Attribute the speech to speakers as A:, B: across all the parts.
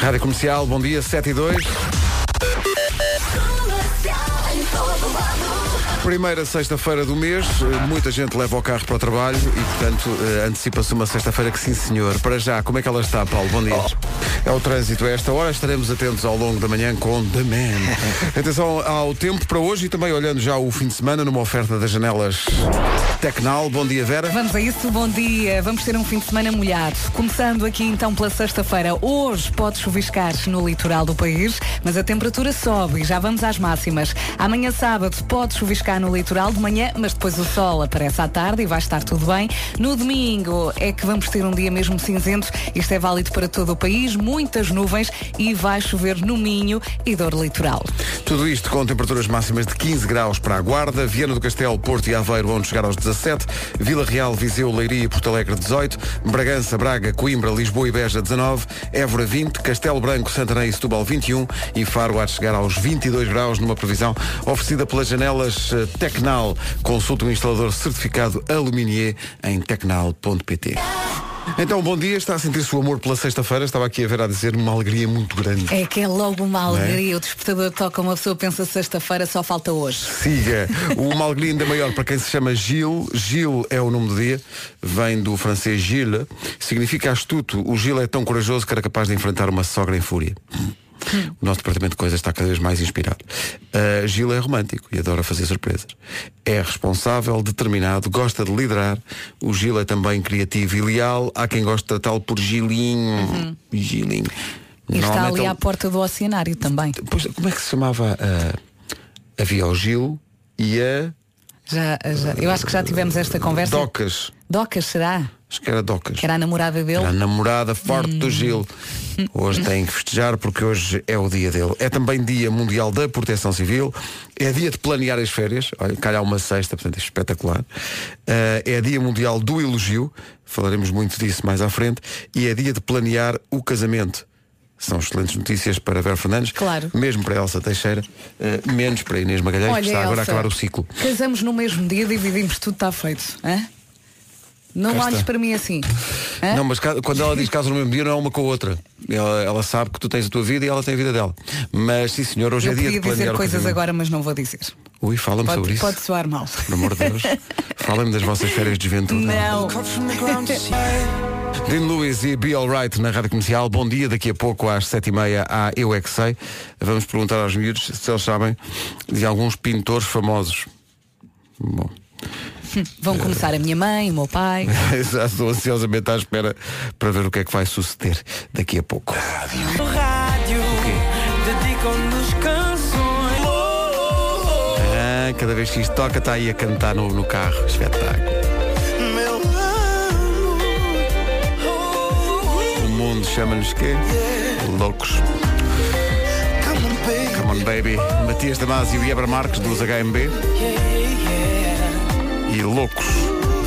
A: Rádio Comercial, bom dia, 7 e 2. Primeira sexta-feira do mês, eh, muita gente leva o carro para o trabalho e, portanto, eh, antecipa-se uma sexta-feira que sim, senhor. Para já, como é que ela está, Paulo? Bom dia. É o trânsito a esta hora, estaremos atentos ao longo da manhã com The Man. Atenção ao tempo para hoje e também olhando já o fim de semana numa oferta das janelas Tecnal. Bom dia, Vera.
B: Vamos a isso, bom dia. Vamos ter um fim de semana molhado. Começando aqui então pela sexta-feira. Hoje pode chuviscar no litoral do país, mas a temperatura sobe e já vamos às máximas. Amanhã sábado pode chuviscar no litoral de manhã, mas depois o sol aparece à tarde e vai estar tudo bem. No domingo é que vamos ter um dia mesmo cinzento. Isto é válido para todo o país, muitas nuvens e vai chover no Minho e dor litoral.
A: Tudo isto com temperaturas máximas de 15 graus para a Guarda, Viana do Castelo, Porto e Aveiro vão chegar aos 17, Vila Real, Viseu, Leiria e Porto Alegre 18, Bragança, Braga, Coimbra, Lisboa e Beja 19, Évora 20, Castelo Branco, Santarém e Setúbal 21 e Faro há de chegar aos 22 graus numa previsão oferecida pelas janelas eh, Tecnal. Consulte um instalador certificado Aluminier em tecnal.pt. Então, bom dia, está a sentir-se o amor pela sexta-feira, estava aqui a ver a dizer uma alegria muito grande.
B: É que é logo uma
A: Não é?
B: alegria. O despertador toca, uma pessoa pensa sexta-feira, só falta hoje.
A: Siga o Malgrin ainda maior para quem se chama Gil. Gil é o nome do dia, vem do francês Gilles, significa astuto. O Gil é tão corajoso que era capaz de enfrentar uma sogra em fúria. O nosso departamento de coisas está cada vez mais inspirado. Uh, Gil é romântico e adora fazer surpresas. É responsável, determinado, gosta de liderar. O Gil é também criativo e leal. Há quem goste de tratá-lo por Gilinho. Gilinho.
B: Uhum. E está
A: Normalmente
B: ali
A: ele-
B: à porta do oceanário também.
A: Pois, como é que se chamava? ah, havia o Gil e a
B: Já, já- eu acho que já tivemos esta conversa.
A: Docas.
B: Docas será?
A: Acho que era Docas.
B: Que era Hum. a namorada dele?
A: Era a namorada forte do Gil. Hoje tem que festejar porque hoje é o dia dele. É também dia mundial da proteção civil. É dia de planear as férias. Olha, calhar uma sexta, portanto é espetacular. Ah, é dia mundial do elogio. Falaremos muito disso mais à frente. E é dia de planear o casamento. São excelentes notícias para Vera Fernandes.
B: Claro.
A: Mesmo para Elsa Teixeira. ah, menos para Inês Magalhães, que está agora a
B: Elsa,
A: acabar o ciclo.
B: Casamos no mesmo dia, dividimos tudo, está feito. hã? Não
A: Cá
B: olhes
A: está.
B: para mim assim. hã?
A: Não, mas ca- quando ela diz casa no mesmo dia, não é uma com a outra. Ela, ela sabe que tu tens a tua vida e ela tem a vida dela. Mas sim senhor, hoje
B: eu
A: é dia
B: podia
A: de
B: dizer
A: planear
B: coisas
A: o casamento.
B: agora, mas não vou dizer.
A: Ui, fala-me sobre
B: Pode,
A: isso.
B: pode soar mal.
A: Por amor de Deus. Fala-me das vossas férias de juventude.
B: Não.
A: Dean Lewis e Be Alright na Rádio Comercial. Bom dia, daqui a pouco às sete e meia à Eu É Que Sei. Vamos perguntar aos miúdos se eles sabem de alguns pintores famosos. Bom.
B: Vão começar a minha mãe, o meu pai.
A: Já estou ansiosamente à espera para ver o que é que vai suceder daqui a pouco.
C: O rádio dedicam-nos canções.
B: Oh,
A: Ah, cada vez que isto toca está aí a cantar no, no carro. Espetáculo.
B: oh,
C: Meu amor.
A: O mundo chama-nos quê? Loucos.
C: Come on, baby.
A: Come on baby. Matias Damasio e Ebra Marques dos HMB. E loucos.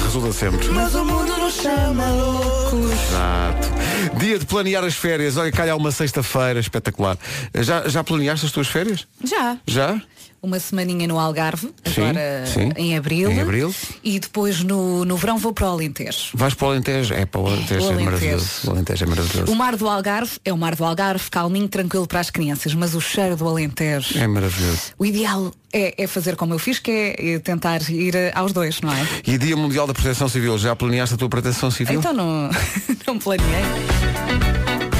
A: Resulta sempre.
C: Mas o mundo nos chama loucos.
A: Exato. Dia de planear as férias. Olha, calhar uma sexta-feira, espetacular. Já, já planeaste as tuas férias?
B: Já.
A: Já?
B: Uma semaninha no Algarve,
A: Sim,
B: agora
A: sim.
B: em abril.
A: Em abril.
B: E depois no, no verão vou para o Alentejo.
A: Vais para o Alentejo? É, para o Alentejo
B: O
A: é
B: Alentejo.
A: maravilhoso. O Alentejo é maravilhoso.
B: O mar do Algarve é o mar do Algarve, calminho, tranquilo para as crianças, mas o cheiro do Alentejo.
A: É maravilhoso.
B: O ideal é, é fazer como eu fiz, que é eh, tentar ir eh, aos dois, não é?
A: E Dia Mundial da Proteção Civil. Já planeaste a tua proteção civil?
B: Então não, não planeei.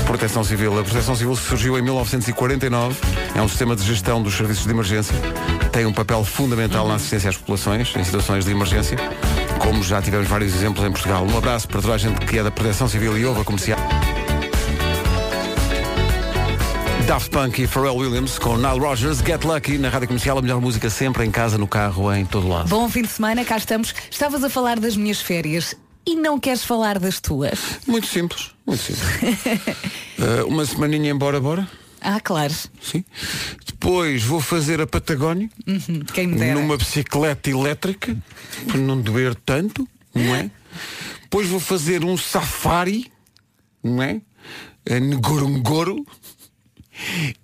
A: Proteção Civil. A Proteção Civil surgiu em 1949. É um sistema de gestão dos serviços de emergência. Tem um papel fundamental na assistência às populações em situações de emergência. Como já tivemos vários exemplos em Portugal. Um abraço para toda a gente que é da Proteção Civil e ouve a comercial. Daft Punk e Pharrell Williams com Nile Rogers. Get Lucky na Rádio Comercial. A melhor música sempre em casa, no carro, em todo lado.
B: Bom fim de semana, cá estamos. Estavas a falar das minhas férias e não queres falar das tuas.
A: Muito simples. Muito simples. Eh, uma semaninha embora, bora.
B: Ah, claro.
A: Sim. Depois vou fazer a Patagónia.
B: Hum, Quem me dera.
A: numa bicicleta elétrica para não doer tanto, não é? Depois vou fazer um safari, não é? Em Ngorongoro.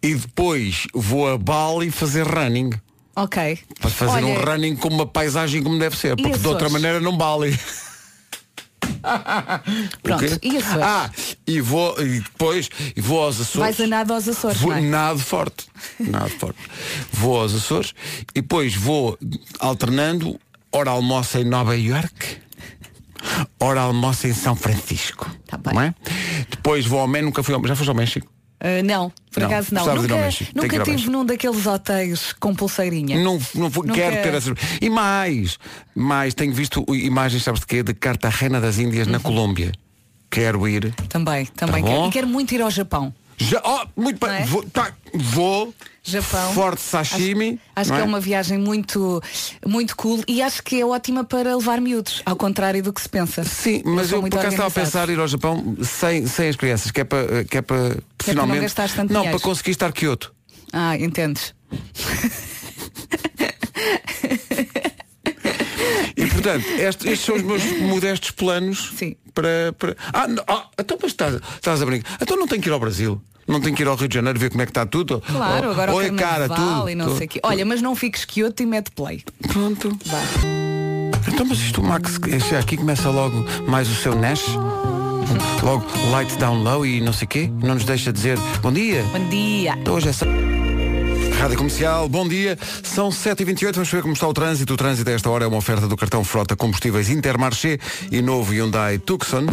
A: E depois vou a Bali fazer running.
B: Ok.
A: Para fazer
B: Olha,
A: um running com uma paisagem como deve ser, porque de outra
B: Açores?
A: maneira não Bali.
B: Pronto,
A: O quê?
B: e Açores?
A: Ah, e vou, e depois e vou aos Açores.
B: Vais a nada aos Açores,
A: Vou,
B: não é?
A: Nado forte. Nado forte. Vou aos Açores e depois vou alternando, ora almoço em Nova York, ora almoço em São Francisco.
B: Tá bem.
A: Não é? Depois vou ao México, nunca fui ao Já foste ao México?
B: Ah, não, por
A: Não,
B: acaso não.
A: gostava de ir ao
B: Nunca,
A: México. Tem que
B: nunca
A: ir ao
B: tive
A: México.
B: num daqueles hotéis com pulseirinha.
A: Não, não vou-
B: Não
A: quero
B: quer.
A: ter essas. E mais, mais, tenho visto imagens, sabes de quê? De Cartagena das Índias
B: Uhum.
A: na Colômbia. Quero ir.
B: Também, também
A: Tá
B: quero.
A: bom.
B: E quero muito ir ao Japão.
A: Já, oh, muito
B: Não
A: bem.
B: é?
A: Vou, tá, vou.
B: Japão.
A: Forte sashimi.
B: Acho, acho
A: não
B: que é? uma viagem muito, muito cool e acho que é ótima para levar miúdos, ao contrário do que se pensa.
A: Sim,
B: Eles
A: mas
B: são
A: eu
B: muito
A: por acaso estava a
B: organizados.
A: pensar em ir ao Japão sem, sem as crianças, que é para, que é para finalmente.
B: gastares tanto
A: não,
B: dinheiro.
A: para conseguir estar Kyoto.
B: Ah, entendes?
A: E portanto, este- estes são os meus modestos planos
B: Sim.
A: para, para- Ah, não, ah, então mas estás, estás a brincar. Então não tenho que ir ao Brasil. Não tenho que ir ao Rio de Janeiro ver como é que está tudo.
B: Claro,
A: ou,
B: agora
A: ou
B: o
A: é cara
B: carnaval
A: tudo.
B: e não
A: tudo.
B: sei o quê. Olha, mas não fiques quieto e mete play.
A: Pronto.
B: Vá.
A: Então, mas isto o Max este aqui começa logo mais o seu Nash. Logo light down low e não sei o quê. Não nos deixa dizer bom dia.
B: Bom dia.
A: Então Hoje é só- Rádio Comercial, bom dia. São 7h28, vamos ver como está o trânsito. O trânsito a esta hora é uma oferta do cartão Frota Combustíveis Intermarché e novo Hyundai Tucson.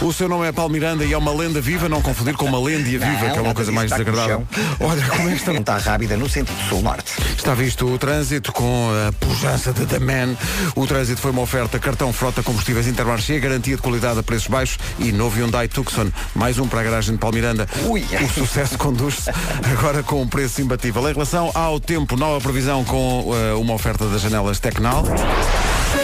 A: O seu nome é Paulo Miranda e é uma lenda viva, não confundir com uma lêndia viva, que é uma
D: nada
A: coisa
D: disso,
A: mais
D: está
A: desagradável.
D: com chão.
A: Olha como é que está
D: Está rápida no sentido sul-norte.
A: Está visto o trânsito com a pujança de The Man. O trânsito foi uma oferta cartão frota combustíveis Intermarché, garantia de qualidade a preços baixos e novo Hyundai Tucson. Mais um para a garagem de Palmiranda.
D: Ui.
A: O sucesso conduz-se agora com um preço imbatível. Em relação ao tempo, nova previsão com eh, uma oferta das janelas Tecnal.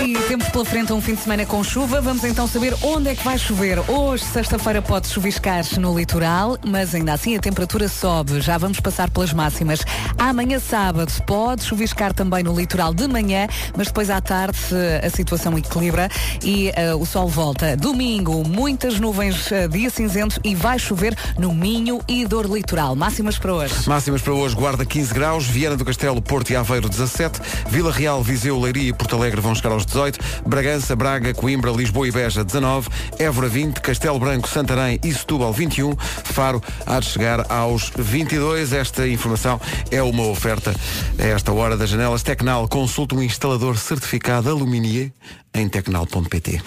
B: E temos pela frente um fim de semana com chuva. Vamos então saber onde é que vai chover. Hoje, sexta-feira, pode chuviscar no litoral, mas ainda assim a temperatura sobe. Já vamos passar pelas máximas. Amanhã, sábado, pode chuviscar também no litoral de manhã, mas depois à tarde eh, a situação equilibra e eh, o sol volta. Domingo, muitas nuvens, eh, dia cinzento e vai chover no Minho e Dor Litoral. Máximas para hoje.
A: Máximas para hoje, Guarda 15 graus, Viana do Castelo, Porto e Aveiro 17, Vila Real, Viseu, Leiria e Porto Alegre vão chegar aos 18, Bragança, Braga, Coimbra, Lisboa e Beja 19, Évora 20, Castelo Branco, Santarém e Setúbal 21, Faro há de chegar aos 22. Esta informação é uma oferta a esta hora das janelas Tecnal. Consulte um instalador certificado aluminier em tecnal.pt.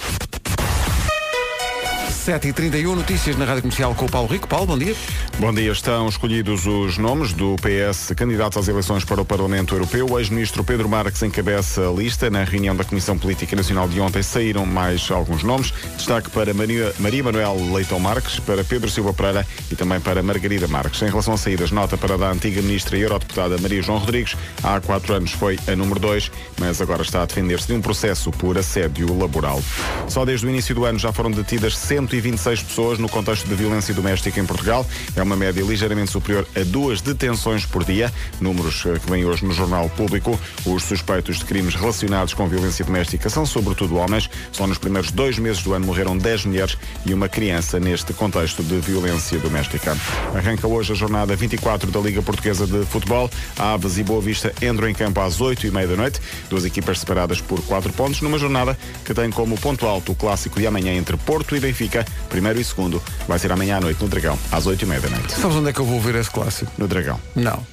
A: 7h31, notícias na Rádio Comercial com o Paulo Rico. Paulo, bom dia.
E: Bom dia, estão escolhidos os nomes do PS candidatos às eleições para o Parlamento Europeu. O ex-ministro Pedro Marques encabeça a lista. Na reunião da Comissão Política Nacional de ontem saíram mais alguns nomes. Destaque para Maria, Maria Manuel Leitão Marques, para Pedro Silva Pereira e também para Margarida Marques. Em relação a saídas, nota para a da antiga ministra e eurodeputada Maria João Rodrigues. Há quatro anos foi a número dois, mas agora está a defender-se de um processo por assédio laboral. Só desde o início do ano já foram detidas 126 pessoas no contexto de violência doméstica em Portugal. É uma média ligeiramente superior a duas detenções por dia, números eh, que vêm hoje no Jornal Público. Os suspeitos de crimes relacionados com violência doméstica são sobretudo homens. Só nos primeiros dois meses do ano morreram 10 mulheres e uma criança neste contexto de violência doméstica. Arranca hoje a jornada 24 da Liga Portuguesa de Futebol. A Aves e Boa Vista entram em campo às 8 e meia da noite. Duas equipas separadas por 4 pontos numa jornada que tem como ponto alto o clássico de amanhã entre Porto e Benfica, primeiro e segundo. Vai ser amanhã à noite no Dragão, às 8 e meia da noite.
A: Sabes onde é que eu vou ver esse clássico?
E: No Dragão.
A: Não,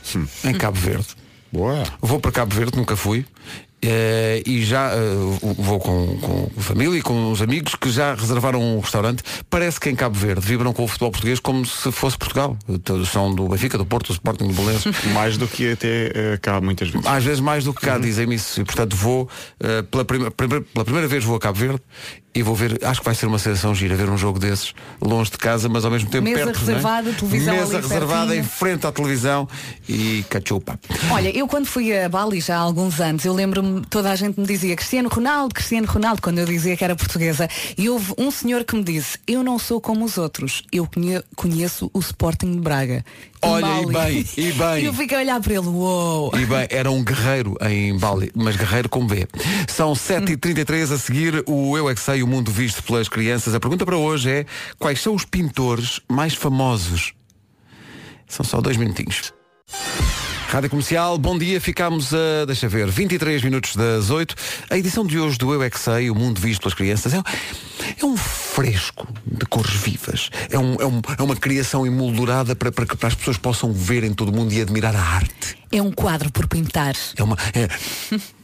A: em Cabo Verde.
E: Boa.
A: Vou para Cabo Verde, nunca fui. eh, e já eh, vou com, com família e com os amigos que já reservaram um restaurante. Parece que em Cabo Verde vibram com o futebol português como se fosse Portugal. Todos São do Benfica, do Porto, do Sporting, do Bolense.
E: Mais do que até eh, cá muitas vezes.
A: Às vezes mais do que cá dizem-me isso. E portanto vou, eh, pela, prima- primeira- pela primeira vez vou a Cabo Verde e vou ver, acho que vai ser uma sensação gira ver um jogo desses longe de casa, mas ao mesmo tempo
B: Mesa
A: perto. não é?
B: reservada, televisão
A: Mesa
B: ali
A: reservada
B: pertinho.
A: em frente à televisão e cachupa.
B: Olha, eu quando fui a Bali já há alguns anos, eu lembro-me, toda a gente me dizia Cristiano Ronaldo, Cristiano Ronaldo, quando eu dizia que era portuguesa. E houve um senhor que me disse, eu não sou como os outros, eu conhe- conheço o Sporting de Braga. Em
A: Olha, e
B: Bali.
A: bem, e bem.
B: E eu fiquei a olhar para ele, uou.
A: E bem, era um guerreiro em Bali, mas guerreiro como vê. São 7h33 a seguir o Eu É Que Sei, o mundo visto pelas crianças. A pergunta para hoje é quais são os pintores mais famosos? São só dois minutinhos. Rádio Comercial, bom dia. Ficámos a, deixa ver, 23 minutos das 8. A edição de hoje do Eu é que Sei, o mundo visto pelas crianças, é, é um fresco de cores vivas. É, um- é um- é uma criação emoldurada para, para que para as pessoas possam ver em todo o mundo e admirar a arte.
B: É um quadro por pintar.
A: É uma. é-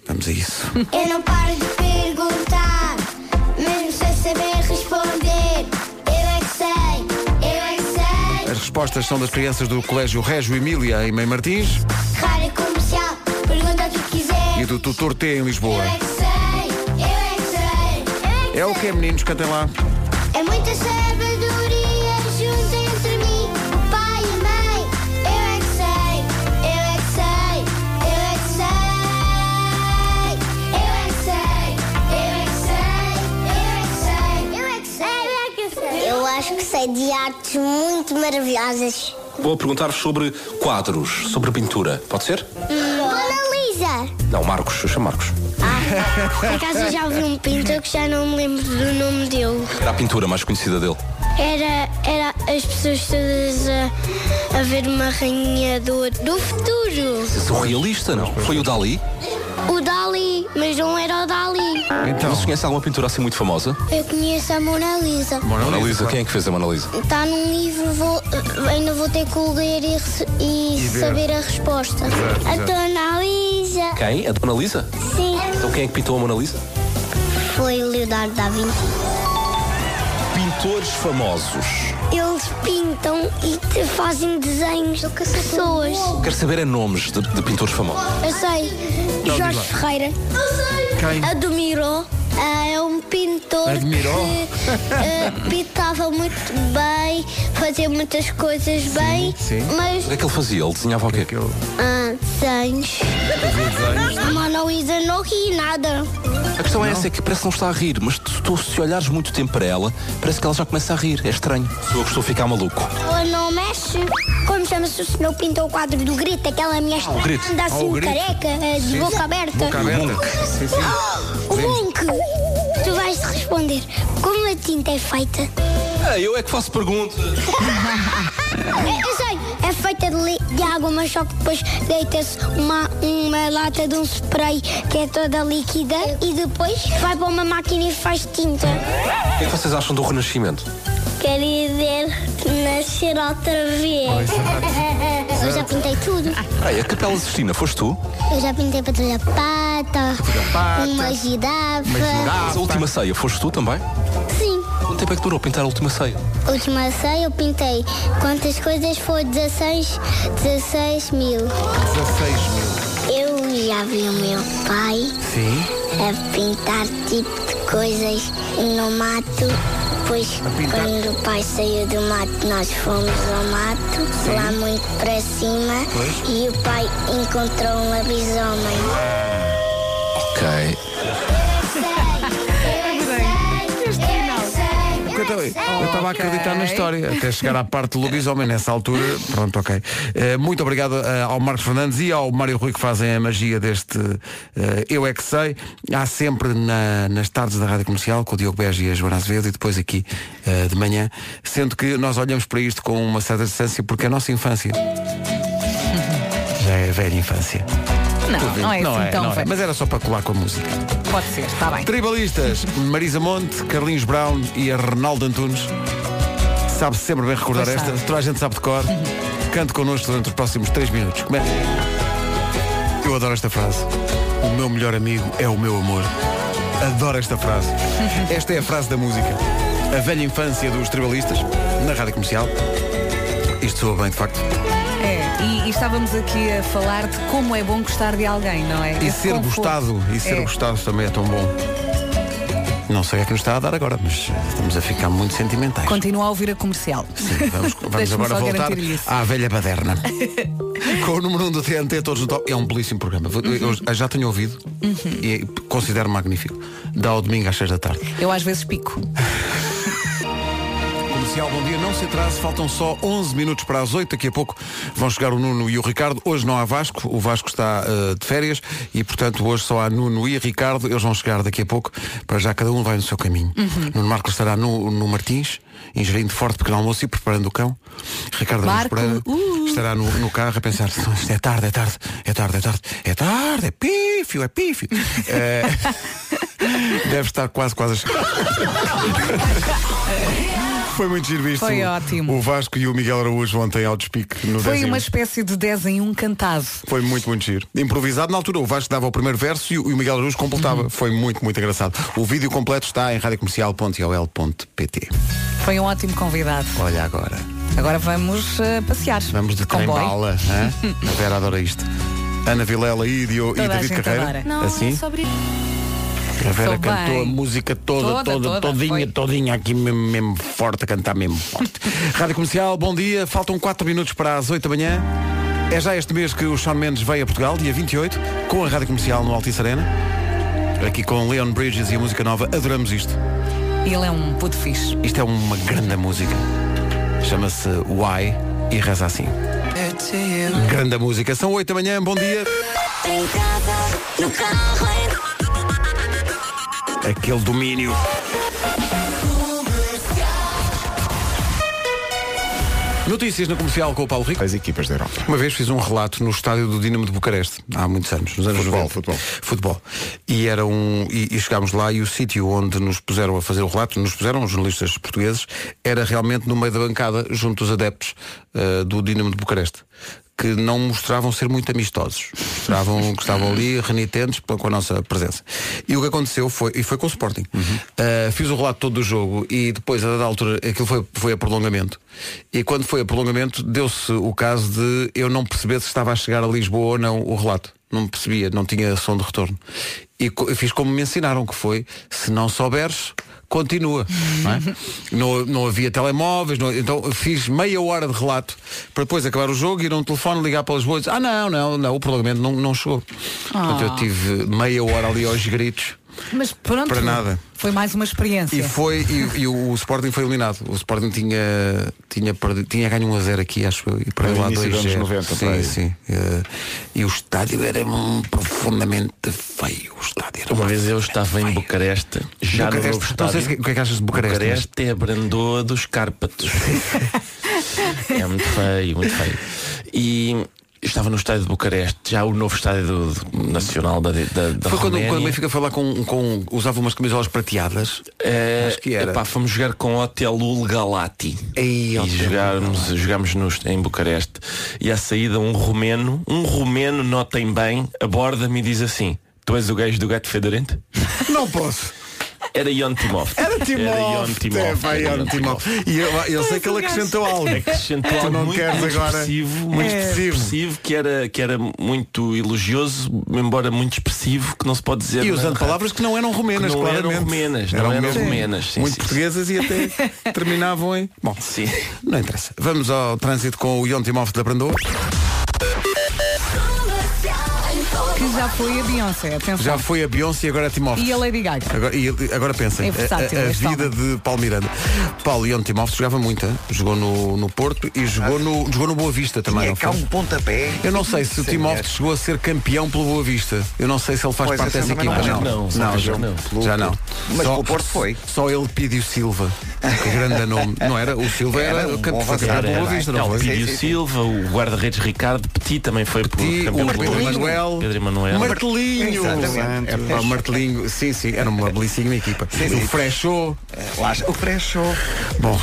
A: Vamos a isso.
F: Eu não paro de perguntar, mesmo sem saber responder. Eu é que sei, eu é que sei.
A: As respostas são das crianças do Colégio Régio Emília, em Mãe Martins,
F: Rádio comercial, pergunta o que quiser.
A: e do Tutor T, em
F: Eu
A: Lisboa.
F: é que sei, eu é que sei. eu que
A: É o
F: sei.
A: que é, meninos? Cantem lá.
F: É muita sabedoria junto entre mim, o pai e a mãe. Eu é que sei, eu é que sei, eu é que sei. Eu é que sei, eu é que sei, eu é que sei, eu é que sei, eu é que sei. Eu acho que sei de artes muito maravilhosas.
G: Vou perguntar-vos sobre quadros, sobre pintura. Pode ser?
F: Hum. Mona Lisa!
G: Não, Marcos, eu chamo Marcos.
F: Por acaso eu já ouvi um pintor que já não me lembro do nome dele.
G: Era a pintura mais conhecida dele.
F: Era, era as pessoas todas a, a ver uma rainha do, do futuro.
G: Surrealista, não? Foi o Dali?
F: O Dali, mas não era o Dali.
A: Então,
G: Vocês conhecem alguma pintura assim muito famosa?
F: Eu conheço a Mona Lisa.
G: Mona Lisa, quem é que fez a Mona Lisa?
F: Está num livro, vou, ainda vou ter que o ler e, rece- e
A: ver.
F: saber a resposta. a Dona Lisa.
G: Quem? A Mona Lisa?
F: Sim.
G: Então quem é que pintou a Mona Lisa?
F: Foi o Leonardo da Vinci.
G: Pintores famosos.
F: Eles pintam e fazem desenhos de pessoas.
G: Quero saber é nomes de, de pintores famosos.
F: Eu sei. Jorge Ferreira. Eu sei.
A: Então, Quem?
F: Admirou. É um pintor
A: Admirou?
F: que eh, pintava muito bem, fazia muitas coisas bem,
A: sim.
F: mas
G: O que é que ele fazia? Ele desenhava o é quê?
A: aquele-
F: ah, desenhos. A Mona Lisa não ri nada.
G: A questão é essa, é que parece que não está a rir, mas tu, tu, se olhares muito tempo para ela, parece que ela já começa a rir. É estranho. Sou eu que estou a ficar maluco.
F: Ela não mexe. Como chama-se o senhor pintou o quadro do grito, aquela minha estranha
G: grito.
F: anda assim
A: Ah, o grito.
F: careca, eh, de boca aberta.
A: Boca aberta. Sim, sim.
F: O Monk, tu vais responder como a tinta é feita.
G: É, eu é que faço perguntas.
F: Eu, eu sei, é feita de, li- de água, mas só que depois deita-se uma, uma lata de um spray que é toda líquida e depois vai para uma máquina e faz tinta.
G: O que é que vocês acham do Renascimento?
F: Quer dizer, nascer outra vez. Eu já pintei tudo.
G: Peraí, a Capela Sistina, foste tu?
F: Eu já pintei patrulha pata, uma girafa.
C: Ah,
G: Mas a última ceia, foste tu também?
F: Sim.
G: Quanto tempo é que durou pintar a última ceia?
F: A última ceia eu pintei quantas coisas foi 16, 16 mil.
A: 16 mil.
F: Eu já vi o meu pai a pintar tipo de coisas no mato. Pois quando o pai saiu do mato, nós fomos ao mato, lá muito para cima, e o pai encontrou um lobisomem.
G: Ok.
A: Eu tava- Eu estava a acreditar na história, até chegar à parte do lobisomem nessa altura. Pronto, ok. Eh, muito obrigado eh, ao Marcos Fernandes e ao Mário Rui que fazem a magia deste eh, Eu É Que Sei. Há sempre na- nas tardes da Rádio Comercial com o Diogo Beja e a Joana Azevedo e depois aqui eh, de manhã. Sendo que nós olhamos para isto com uma certa distância porque a nossa infância já é a velha infância.
B: Não, não é assim tão
A: não
B: velho.
A: Mas era só para colar com a música.
B: Pode ser, está bem.
A: Tribalistas, Marisa Monte, Carlinhos Brown e a Renaldo Antunes. Sabe sempre bem recordar
B: Pois
A: esta,
B: sabe.
A: toda a gente sabe de cor. Cante connosco durante os próximos 3 minutos. Começa. Eu adoro esta frase. O meu melhor amigo é o meu amor. Adoro esta frase. Esta é a frase da música. A velha infância dos tribalistas, na rádio comercial. Isto soa bem, de facto.
B: É, e, e estávamos aqui a falar de como é bom gostar de alguém, não é?
A: E
B: Esse
A: ser
B: conforto.
A: gostado, e ser
B: É.
A: gostado também é tão bom. Não sei o que é que nos está a dar agora, mas estamos a ficar muito sentimentais.
B: Continua a ouvir a comercial.
A: Sim, vamos, vamos
B: Deixa-me
A: agora
B: só
A: voltar
B: garantir-lhe isso.
A: à velha baderna. Com o número 1 um do TNT, todos no top. É um belíssimo programa. Eu-
B: Uhum.
A: Eu já tenho ouvido e considero magnífico. Dá ao domingo às 6 da tarde.
B: Eu às vezes pico.
A: Comercial, bom dia. Não se atrase, faltam só 11 minutos para as 8. Daqui a pouco vão chegar o Nuno e o Ricardo. Hoje não há Vasco, o Vasco está eh, de férias e, portanto, hoje só há Nuno e Ricardo. Eles vão chegar daqui a pouco, para já cada um vai no seu caminho.
B: Uhum.
A: Nuno Marcos estará no, no Martins, ingerindo forte pequeno almoço e preparando o cão. Ricardo Araújo
B: Marco,
A: Pereira
B: uh.
A: estará no, no carro a pensar, "Não, isto é tarde, é tarde, é tarde, é tarde, é tarde, é pífio, é pífio. Eh, deve estar quase, quase a chegar. Foi muito giro isto.
B: Foi ótimo.
A: O Vasco e o Miguel Araújo ontem ao despique no 10
B: Foi
A: em
B: uma
A: 1.
B: espécie de 10 em 1 cantado.
A: Foi muito, muito giro. Improvisado na altura, o Vasco dava o primeiro verso e o e o Miguel Araújo completava.
B: Uhum.
A: Foi muito, muito engraçado. O vídeo completo está em radiocomercial.ol.pt.
B: Foi um ótimo convidado.
A: Olha agora.
B: Agora vamos eh, passear.
A: Vamos de trem
B: comboio.
A: bala. hã? A Vera adora isto. Ana Vilela e, Dio, e
B: Toda a
A: David
B: gente
A: Carreira.
B: adora.
H: Não,
A: assim?
H: é sobre
A: A Vera
B: Estou
A: cantou a
B: bem.
A: música toda, toda,
B: Toda, toda,
A: todinha,
B: foi.
A: todinha aqui mesmo, mesmo forte, a cantar mesmo forte. Rádio Comercial, bom dia. Faltam 4 minutos para as 8 da manhã. É já este mês que o Shawn Mendes veio a Portugal, dia 28, com a Rádio Comercial no Altice Arena. Aqui com Leon Bridges e a música nova. Adoramos isto.
B: Ele é um puto fixe.
A: Isto é uma grande música. Chama-se Why e reza assim. Grande música. São 8 da manhã, bom dia.
H: Em casa, no carro,
A: Aquele domínio. Notícias no comercial com o Paulo Rico.
E: As equipas da Europa.
A: Uma vez fiz um relato no estádio do Dinamo de Bucareste, há muitos anos, nos anos
E: Futebol,
A: 90.
E: futebol.
A: Futebol. E era um e, e chegámos lá e o sítio onde nos puseram a fazer o relato, nos puseram os jornalistas portugueses, era realmente no meio da bancada, junto dos adeptos eh, do Dinamo de Bucareste, que não mostravam ser muito amistosos. Mostravam que estavam ali renitentes pela- com a nossa presença. E o que aconteceu foi, e foi com o Sporting.
E: Uhum.
A: Eh, fiz o relato todo do jogo e depois, a dada altura, aquilo foi, foi a prolongamento. E quando foi a prolongamento, deu-se o caso de eu não perceber se estava a chegar a Lisboa ou não o relato. Não percebia, não tinha som de retorno. E co- eu fiz como me ensinaram, que foi, se não souberes, continua. não, é? não, não havia telemóveis, não- então eu fiz meia hora de relato para depois acabar o jogo, ir a um telefone, ligar para Lisboa e dizer, ah não, não, não, o prolongamento não, não chegou. Portanto, eu tive meia hora ali aos gritos.
B: Mas pronto.
A: Para nada.
B: Foi mais uma experiência.
A: E foi e, e o, o Sporting foi eliminado. O Sporting tinha tinha perdido, tinha ganho 1 a 0 aqui, acho eu, e para
E: No
A: lá
E: início
A: 2
E: dos anos
A: 0.
E: 90, para
A: sim,
E: aí.
A: sim. Eh, E o estádio era hum, profundamente feio. O estádio era
I: Uma vez eu estava em Bucareste, já no
A: Bucareste.
I: novo
A: Não
I: estádio.
A: sei se- o que é que achas de Bucareste.
I: Bucareste é a brandoa dos Cárpatos. é muito feio, muito feio. E eu estava no estádio de Bucareste, já o novo estádio do- do- nacional da, da, da
A: Foi quando,
I: Roménia.
A: quando o Benfica foi lá com, com. usava umas camisolas prateadas.
I: Eh,
A: Acho que era.
I: epá, fomos jogar com o Hotel Ul Galati.
A: Ei,
I: e
A: Hotel Ul
I: jogámos, jogámos nos, em Bucareste. E à saída um romeno, um romeno notem bem, aborda-me e diz assim, tu és o gajo do gato fedorento?
A: Não posso.
I: Era Ion Timov.
A: Era
I: Ion
A: Timóteo.
I: Timov.
A: É, vai,
I: Era
A: Ion
I: Ion
A: Timóteo. E eu, eu sei que ele acrescentou algo.
I: é Acrescentou
A: Tu
I: algo
A: não
I: muito,
A: queres
I: muito
A: agora.
I: expressivo, muito
A: É.
I: expressivo, que era, que era muito elogioso, embora muito expressivo, que não é? se pode dizer.
A: E
I: na
A: usando
I: rádio.
A: palavras que não eram romenas,
I: Que não eram
A: claramente.
I: romenas, não eram
A: mesmo
I: romenas, sim,
A: muito
I: sim,
A: portuguesas e até terminavam em... Bom,
I: Sim.
A: não interessa. Vamos ao trânsito com o Ion Timóteo da Brandoa.
B: Que já foi a Beyoncé, atenção.
A: Já foi a Beyoncé e agora a Timóteo.
B: E a Lady Gaga.
A: Agora, e ele- agora pensem,
B: É versátil
A: a, a- a
B: este
A: vida de Paulo Miranda. Paulo Leão Timóteo jogava muito, hein? jogou no, no Porto e
B: Ah.
A: jogou no, jogou no Boa Vista
B: é
A: também.
D: Tinha
A: não
D: cá
A: foi?
D: um pontapé.
A: Eu não sei se o
D: Sim,
A: Timóteo chegou a ser campeão pelo Boa Vista. Eu não sei se ele faz
D: Pois,
A: parte
D: eu
A: dessa
D: também
A: equipa.
D: não.
A: não,
I: Não,
A: não,
I: não,
A: já
I: já
A: não.
I: não.
A: Já não.
D: Mas
A: Só-
D: pelo Porto foi.
A: Só ele pediu Silva. Que grande nome. Não era? O Silva era,
D: Era um
A: campe-
D: bom
A: foi campeão
D: avançado,
A: pelo Boa
D: era.
A: Vista,
I: Não,
A: não
I: o
A: foi?
I: Pídio
D: sim, sim.
I: Então, Silva, o guarda-redes Ricardo Petit também foi
A: Petit,
I: por campeão
A: o
I: pelo
A: Pedro
I: Boa Vista.
A: Manuel,
I: Pedro Manuel.
A: Martelinho.
D: Exatamente.
A: É, pá, o Martelinho, sim, sim, era uma belíssima equipa.
D: sim.
A: O Frechou.
D: Lá está. O Freixo.
A: Bom,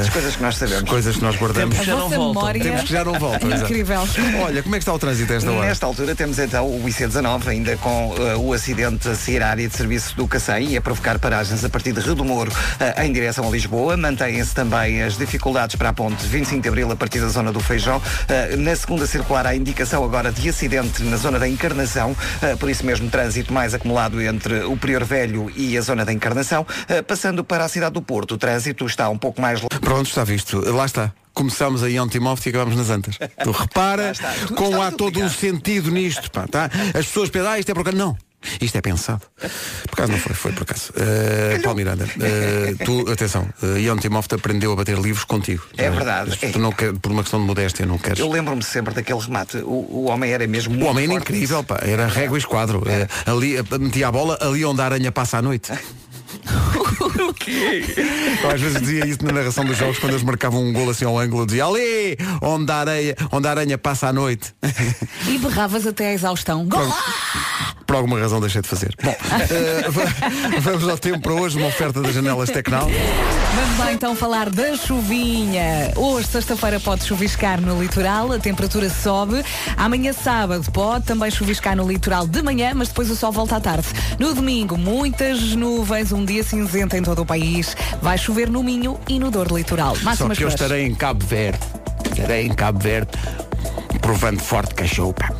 D: As eh, coisas que nós sabemos.
A: coisas que nós guardamos.
I: Tempos
B: a
I: Já não
B: vossa
I: voltam.
B: memória é
A: Tempos que já não voltam. exato.
B: incrível.
A: Olha, como é que está o trânsito a esta hora?
D: Nesta altura temos então o IC19, ainda com eh, o acidente a seguir à área de serviço do Cacém e a provocar paragens a partir de Rio do Moro eh, em direção a Lisboa. Mantêm-se também as dificuldades para a ponte 25 de Abril a partir da zona do Feijão. Eh, na segunda circular há indicação agora de acidente na zona da Encarnação, eh, por isso mesmo trânsito mais acumulado entre o Prior Velho e a zona da Encarnação. Eh, passando para a cidade do Porto, o trânsito está um pouco mais
A: Pronto, está visto. Lá está. Começámos aí ontem e acabámos nas antas. Tu repara
D: está. Tu
A: como
D: estás
A: há todo um
D: complicado.
A: sentido nisto. pá, tá? As pessoas pensam, ah, isto é por acaso. Não. Isto é pensado. Por acaso não foi, foi por acaso. Uh, Paulo Miranda, uh, tu, atenção, uh, Ion Timóteo aprendeu a bater livros contigo.
D: É verdade.
A: Tu não quer, por uma questão de modéstia, não queres.
D: Eu lembro-me sempre daquele remate. O, o homem era mesmo
A: O
D: muito
A: homem era
D: forte.
A: incrível, pá. É, Era régua e esquadro. Eh, ali, eh, metia a bola ali onde a aranha passa à noite.
I: o quê?
A: Eu às vezes dizia isso na narração dos jogos quando eles marcavam um gol assim ao ângulo, eu dizia ali, onde a areia, onde a aranha passa a noite.
B: E berravas até à exaustão. Gol!
A: Por alguma razão deixei de fazer. Bom, eh, va- vamos ao tempo para hoje, uma oferta das janelas Tecnal.
B: Vamos lá então falar da chuvinha. Hoje, sexta-feira, pode chuviscar no litoral, a temperatura sobe. Amanhã, sábado, pode também chuviscar no litoral de manhã, mas depois o sol volta à tarde. No domingo, muitas nuvens, um dia cinzento em todo o país. Vai chover no Minho e no Dor Litoral.
A: Só
B: Máximas
A: que eu
B: para hoje.
A: estarei em Cabo Verde. Estarei em Cabo Verde. Provando forte cachorro. pá.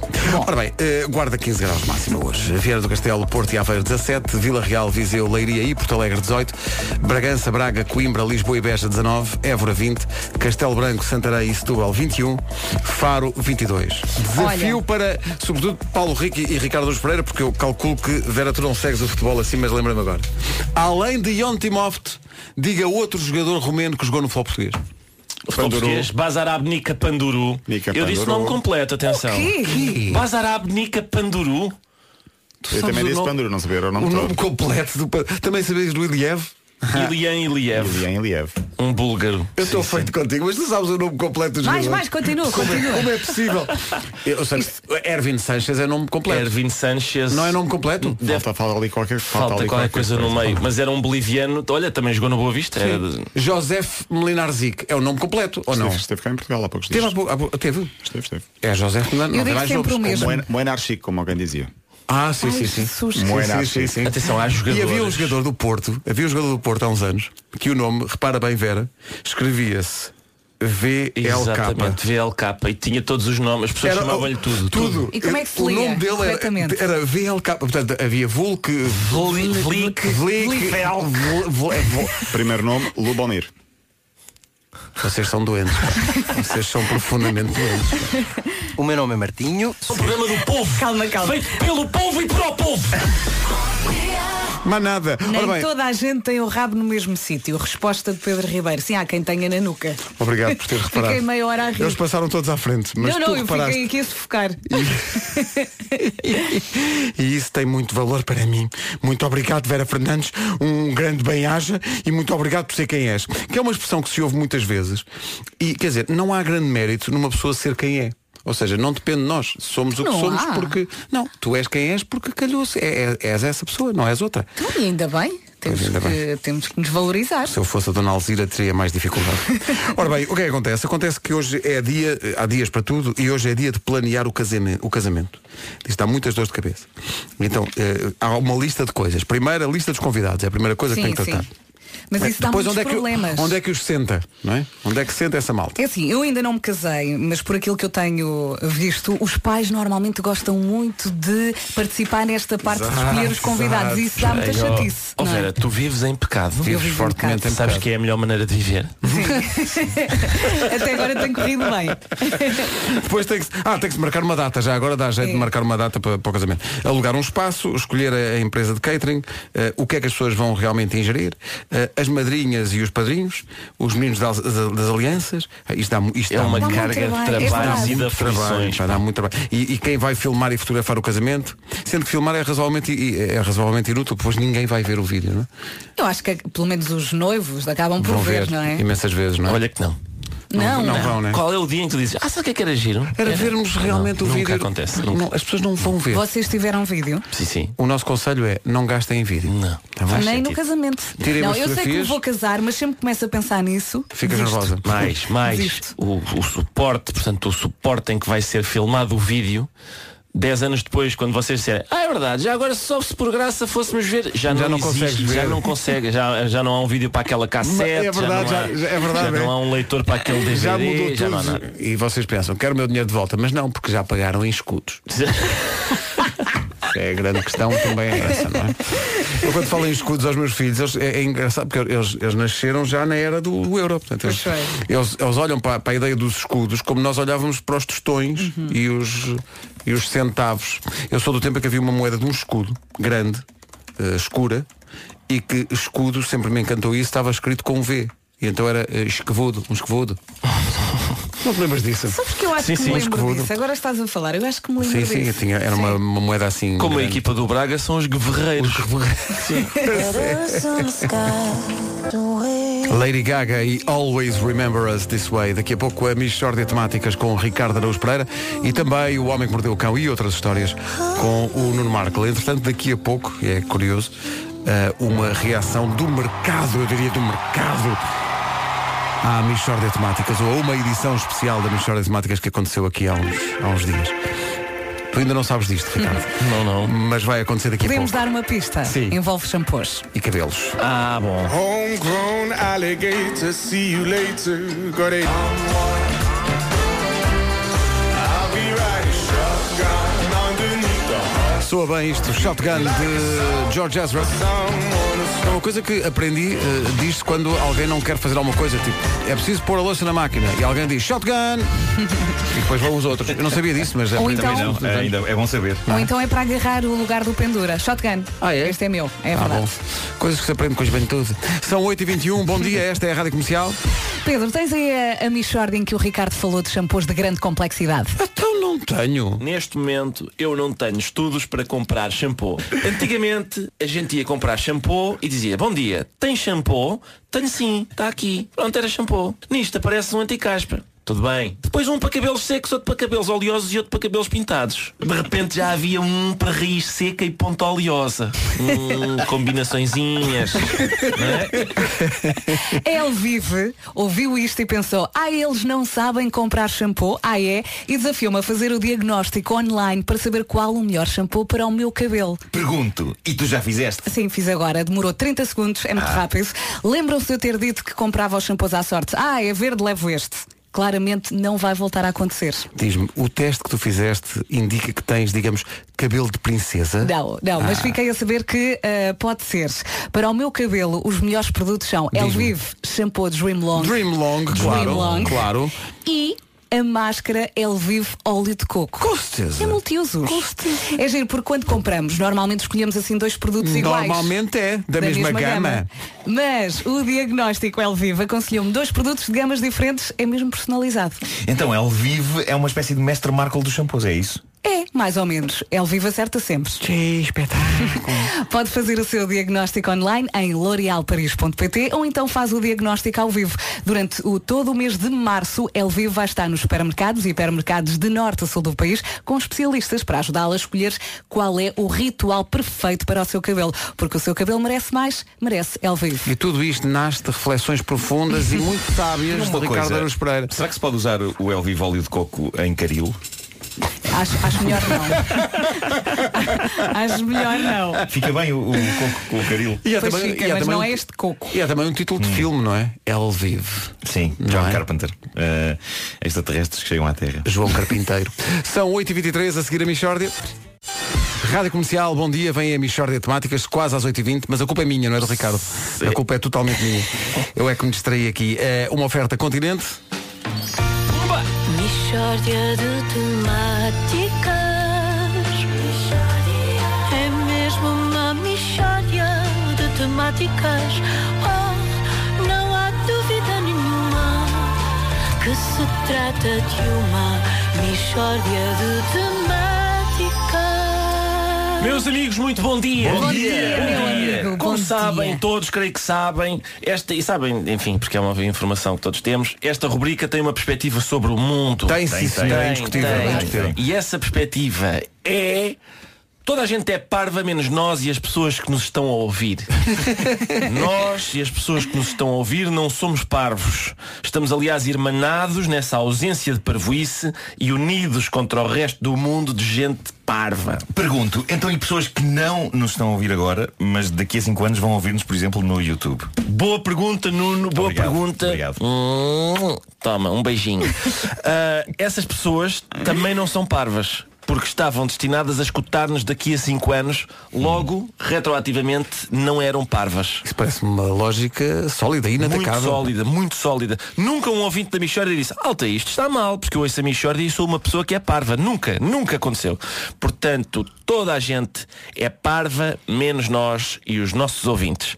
A: Ora bem, eh, guarda 15 graus de máxima hoje. Vieira do Castelo, Porto e Aveiro 17, Vila Real, Viseu, Leiria e Porto Alegre 18, Bragança, Braga, Coimbra, Lisboa e Beja 19, Évora 20, Castelo Branco, Santarém e Setúbal 21, Faro 22. Desafio para, sobretudo, Paulo Rico e e Ricardo Luz Pereira, porque eu calculo que, Vera, tu não segues o futebol assim, mas lembra-me agora. Além de Ion Timofte, diga outro jogador romeno que jogou no futebol português.
I: Futebol português, Bazarab é Nica Panduru.
E: Nica
I: Eu disse o
E: Panduru.
I: nome completo, atenção.
B: Ih,
I: Bazarab Nica Panduru.
E: Eu
I: sabes
E: também
I: o
E: disse
I: nome?
E: Panduro, não sabia era o
A: O
E: nome
A: nome
E: todo.
A: completo do. pa- Também sabias do Iliev?
I: Ilian Iliev,
E: Ilian Iliev.
I: um búlgaro.
A: Eu estou feito contigo, mas tu sabes o nome completo dos
B: Mais, mais, continua, continua.
A: Como é possível? Eu sei, Erwin Sanchez é nome completo.
I: Ervin Sanchez.
A: Não é nome completo?
I: Deve-
E: Falta, falta ali qualquer,
I: Falta,
E: ali
I: qualquer coisa no meio, mas era um boliviano. Olha, também jogou no Boa Vista.
A: É,
I: Era de-
A: Josef Melinarzik é o nome completo ou não?
E: Esteve, esteve cá em Portugal há poucos dias.
A: Teve, há pou- há pou- teve.
E: Esteve, esteve.
A: É Josef Melinarzik.
B: Eu digo sempre o mesmo.
E: Moen- Moenar Chico, como alguém dizia.
A: Ah, sim,
B: Ai,
A: sim, sim.
B: Jesus.
A: Sim,
E: Moenar
A: sim, sim,
E: Chico.
A: sim.
I: Atenção, há
A: E
I: jogadores.
A: havia um jogador do Porto, havia um jogador do Porto há uns anos, que o nome, repara bem Vera, escrevia-se VLK.
I: Exatamente, VLK. E tinha todos os nomes, as pessoas chamavam-lhe tudo.
A: tudo.
B: E como é que se
A: o
B: lia,
A: nome dele
B: corretamente?
A: era, era VLK. Portanto, havia Vulk,
I: Vli- Vlik,
A: Vlik, Vel- Vel- é Vel-
E: Primeiro nome, Lubomir.
A: Vocês são doentes. pá. Vocês são profundamente doentes.
D: O meu nome é Martinho.
I: É um programa do povo.
B: Calma, calma.
I: Feito pelo povo e para o povo.
A: Mas nada. Ora
B: Nem
A: bem,
B: toda a gente tem o rabo no mesmo sítio. Resposta de Pedro Ribeiro. Sim, há quem tenha na nuca.
A: obrigado por ter reparado.
B: Fiquei meia hora a rir.
A: Eles passaram todos à frente, mas
B: não, não,
A: tu
B: eu
A: reparaste.
B: fiquei aqui a sufocar.
A: E isso tem muito valor para mim. Muito obrigado, Vera Fernandes. Um grande bem-aja e muito obrigado por ser quem és. Que é uma expressão que se ouve muitas vezes. E, quer dizer, não há grande mérito numa pessoa ser quem é. Ou seja, não depende de nós. Somos o que
B: Não
A: somos
B: há.
A: porque. Não, tu és quem és porque calhou-se. É, é- és essa pessoa, não és outra.
B: Então, e ainda bem, temos,
A: Ainda
B: que, temos que nos valorizar.
A: Se eu fosse a Dona Alzira, teria mais dificuldade. Ora bem, o que é que acontece? Acontece que hoje é dia, eh, há dias para tudo, e hoje é dia de planear o casamento. O casamento. Isto dá muitas dores de cabeça. Então, eh, há uma lista de coisas. Primeiro, a lista dos convidados. É a primeira coisa que
B: Sim,
A: tem que tratar.
B: sim. Mas isso dá
A: Depois,
B: muitos
A: onde é, que,
B: problemas.
A: onde é que os senta? Não é? Onde é que senta essa malta?
B: É assim, eu ainda não me casei, mas por aquilo que eu tenho visto, os pais normalmente gostam muito de participar nesta parte de
A: Exato,
B: escolher os convidados. Isso dá muita
I: Ei, ó,
B: chatice.
I: ó,
B: não é?
I: Vera, Oh, tu vives em pecado.
B: Eu vivo um bocado.
A: fortemente em
I: Sabes
A: pecado.
I: que é a melhor maneira de viver?
B: Até agora tem corrido bem.
A: Depois tem que, se- ah, tem que se marcar uma data já. Agora dá jeito de
B: É.
A: marcar uma data para, para o casamento. Alugar um espaço, escolher a, a empresa de catering, eh, o que é que as pessoas vão realmente ingerir, eh, as madrinhas e os padrinhos, os meninos das, das- das alianças. Ah, Isto dá, mu- isto
I: É
A: dá
I: uma
A: muito
B: muito
I: carga de
B: trabalho, é
I: trabalhos
B: verdade.
I: e de
A: muito trabalho,
I: aflições.
A: pá, dá muito trabalho. E, e quem vai filmar e fotografar o casamento, sendo que filmar é razoavelmente, i- é razoavelmente inútil, pois ninguém vai ver o vídeo, não é?
B: Eu acho que pelo menos os noivos acabam por
A: Vão
B: ver, não é?
A: imensas vezes, não é?
I: Olha que não.
B: Não,
A: não, vão, não é?
I: Qual é o dia em que tu dizes, ah, sabe o que é que era giro?
A: Era vermos realmente
I: Não,
A: o vídeo.
I: Nunca acontece.
A: Não,
I: Nunca.
A: as pessoas não vão ver.
B: Vocês tiveram vídeo?
I: Sim, sim.
A: O nosso conselho é não gastem em vídeo.
I: Não.
A: Tá bom?
I: Faz
B: Nem
I: sentido.
B: no casamento.
A: Tirem
B: não,
A: umas
B: eu sei que
A: fotografias.
B: vou casar, mas sempre começo a pensar nisso.
A: Ficas
B: desisto.
A: nervosa.
I: Mais, mais.
B: Desisto.
I: O, o suporte, portanto, o suporte em que vai ser filmado o vídeo, 10 anos depois, quando vocês disserem, ah, é verdade, já agora só se por graça fôssemos ver, já,
A: Já não
I: não, existe,
A: consegues
I: já
A: ver.
I: não consegue, já, já não há um vídeo para aquela cassete,
A: É verdade,
I: já, não há,
A: já- já- é verdade,
I: já
A: é.
I: não há um leitor para aquele DVD,
A: já mudou
I: já não há
A: tudo.
I: nada.
A: E vocês pensam, quero o meu dinheiro de volta, mas não, porque já pagaram em escudos. É a grande questão também é essa, não é? Eu quando falo em escudos aos meus filhos, eles- é, é engraçado porque eles, eles nasceram já na era do, do euro. Portanto, eles,
B: Pois
A: eles, eles olham para, para a ideia dos escudos como nós olhávamos para os tostões e, os, e os centavos. Eu sou do tempo em que havia uma moeda de um escudo grande, eh, escura, e que escudo, sempre me encantou isso, estava escrito com um V. E então era eh, esquevudo, um esquevudo. Não te lembras disso?
B: Sabes que eu acho
A: Sim,
B: que
A: sim,
B: me
A: um
B: lembro
A: escudo.
B: disso. Agora estás a falar, eu acho que me lembro
J: Sim,
B: disso.
J: sim, tinha, era uma, uma moeda assim.
I: Como a
J: grande.
I: equipa do Braga são os guerreiros. Sim.
A: Lady Gaga e Always Remember Us This Way. Daqui a pouco a Michórdia de Temáticas com Ricardo Araújo Pereira e também O Homem que Mordeu o Cão e outras histórias com o Nuno Marco. Entretanto, daqui a pouco, e é curioso, eh, uma reação do mercado, eu diria do mercado, à Michórdia de Temáticas, ou a uma edição especial da Michórdia de Temáticas que aconteceu aqui há uns, há uns dias. Tu ainda não sabes disto, Ricardo.
I: Não, não.
A: Mas vai acontecer daqui a pouco.
B: Podemos dar uma pista.
A: Sim.
B: Envolve shampoos.
A: E cabelos.
I: Ah, bom.
C: Homegrown alligator, see you later. Got it. I'll be riding shotgun underneath the
A: Ah, Soa bem isto, Shotgun de George Ezra. É uma coisa que aprendi, eh, diz-se quando alguém não quer fazer alguma coisa, tipo, é preciso pôr a louça na máquina e alguém diz Shotgun e depois vão os outros. Eu não sabia disso, mas
B: Ou
A: aprendi.
B: então-
K: Não,
A: Portanto,
K: é, ainda é bom saber.
B: Ou então é para agarrar o lugar do pendura. Shotgun.
A: Ah, é?
B: Este é meu. É
A: Ah,
B: verdade.
A: bom. Coisas que se aprende com a juventude. São 8h21, bom dia, esta é a Rádio Comercial.
B: Pedro, tens aí a, a Michord em que o Ricardo falou de shampoos de grande complexidade.
A: Então não tenho.
I: Neste momento eu não tenho estudos para comprar shampoo. Antigamente a gente ia comprar shampoo e dizia Bom dia, tem shampoo? Tenho sim, está aqui. Pronto, era shampoo. Nisto aparece um anticaspa. Tudo bem. Depois um para cabelos secos, outro para cabelos oleosos e outro para cabelos pintados. De repente já havia um para raiz seca e ponta oleosa. Hum, combinaçõezinhas. é?
B: Ele vive, ouviu isto e pensou, ah, eles não sabem comprar shampoo, ah é, e desafiou-me a fazer o diagnóstico online para saber qual o melhor shampoo para o meu cabelo.
K: Pergunto, e tu já fizeste?
B: Sim, fiz agora, demorou 30 segundos, é
A: Ah.
B: muito rápido. Lembram-se de eu ter dito que comprava os shampoos à sorte? Ah, é verde, levo este. Claramente não vai voltar a acontecer.
A: Diz-me, o teste que tu fizeste indica que tens, digamos, cabelo de princesa?
B: Não, não, mas
A: Ah.
B: fiquei a saber que ah, pode ser. Para o meu cabelo, os melhores produtos são Elvive, shampoo Dream Long
A: Dream Long, claro.
B: Long.
A: Claro.
B: e a máscara Elvive óleo de coco.
A: Com certeza.
B: É multiusos. É giro, porque quando compramos, normalmente escolhemos assim dois produtos iguais.
A: Normalmente é, da, mesma, gama.
B: Mas o diagnóstico Elvive aconselhou-me dois produtos de gamas diferentes, é mesmo personalizado.
K: Então, ele vive, é uma espécie de mestre Markle dos shampoos, é isso?
B: É, mais ou menos. Elvive acerta sempre.
A: Que espetáculo.
B: Pode fazer o seu diagnóstico online em l'orealparis.pt ou então faz o diagnóstico ao vivo. Durante o todo o mês de março, Elvive vai estar nos supermercados e hipermercados de norte a sul do país com especialistas para ajudá-la a escolher qual é o ritual perfeito para o seu cabelo. Porque o seu cabelo merece mais, merece Elvive.
A: E tudo isto nasce de reflexões profundas e muito sábias de Ricardo Araújo Pereira.
K: será que se pode usar o Elvive óleo de coco em caril?
B: Acho, acho melhor não. acho melhor não.
K: Fica bem o, o coco com o caril?
A: E há
B: Pois fica,
A: e há
B: mas não
A: um-
B: é este coco.
A: E há também um título de filme, não é? El Vive.
K: Sim,
A: Não
K: John
A: é?
K: Carpenter. Eh, extraterrestres que chegam à Terra.
A: João Carpinteiro. São 8h23 a seguir a Michórdia. Rádio Comercial, bom dia, vem a Michórdia de Temáticas, quase às 8h20, mas a culpa é minha, não é do Ricardo? A culpa é totalmente minha. Eu é que me distraí aqui. É uma oferta continente.
H: Mishória de temáticas É mesmo uma mishória de temáticas Oh, não há dúvida nenhuma Que se trata de uma mishória de temáticas
I: Meus amigos, muito bom dia.
B: Bom dia, meu amigo,
I: Como
B: bom
I: sabem,
B: dia.
I: todos creio que sabem, esta, e sabem, enfim, porque é uma informação que todos temos, esta rubrica tem uma perspectiva sobre o mundo.
A: Tem, sim, senhor, é
I: Tem,
A: indiscutível.
I: tem.
A: é indiscutível.
I: E essa perspectiva é. Toda a gente é parva, menos nós e as pessoas que nos estão a ouvir. nós e as pessoas que nos estão a ouvir não somos parvos. Estamos, aliás, irmanados nessa ausência de parvoíce e unidos contra o resto do mundo de gente parva.
K: Pergunto, então e pessoas que não nos estão a ouvir agora, mas daqui a 5 anos vão ouvir-nos, por exemplo, no YouTube?
I: Boa pergunta, Nuno. Boa
K: Obrigado,
I: pergunta.
K: obrigado.
I: Hum, toma, um beijinho. Ah, essas pessoas também não são parvas. porque estavam destinadas a escutar-nos daqui a 5 anos, logo, retroativamente, não eram parvas.
J: Isso parece uma lógica sólida,
I: Muito
J: inatacável.
I: sólida, muito sólida. Nunca um ouvinte da Michórdia disse, alta, isto está mal, porque eu ouço a Michórdia e sou uma pessoa que é parva. Nunca, nunca aconteceu. Portanto, toda a gente é parva, menos nós e os nossos ouvintes.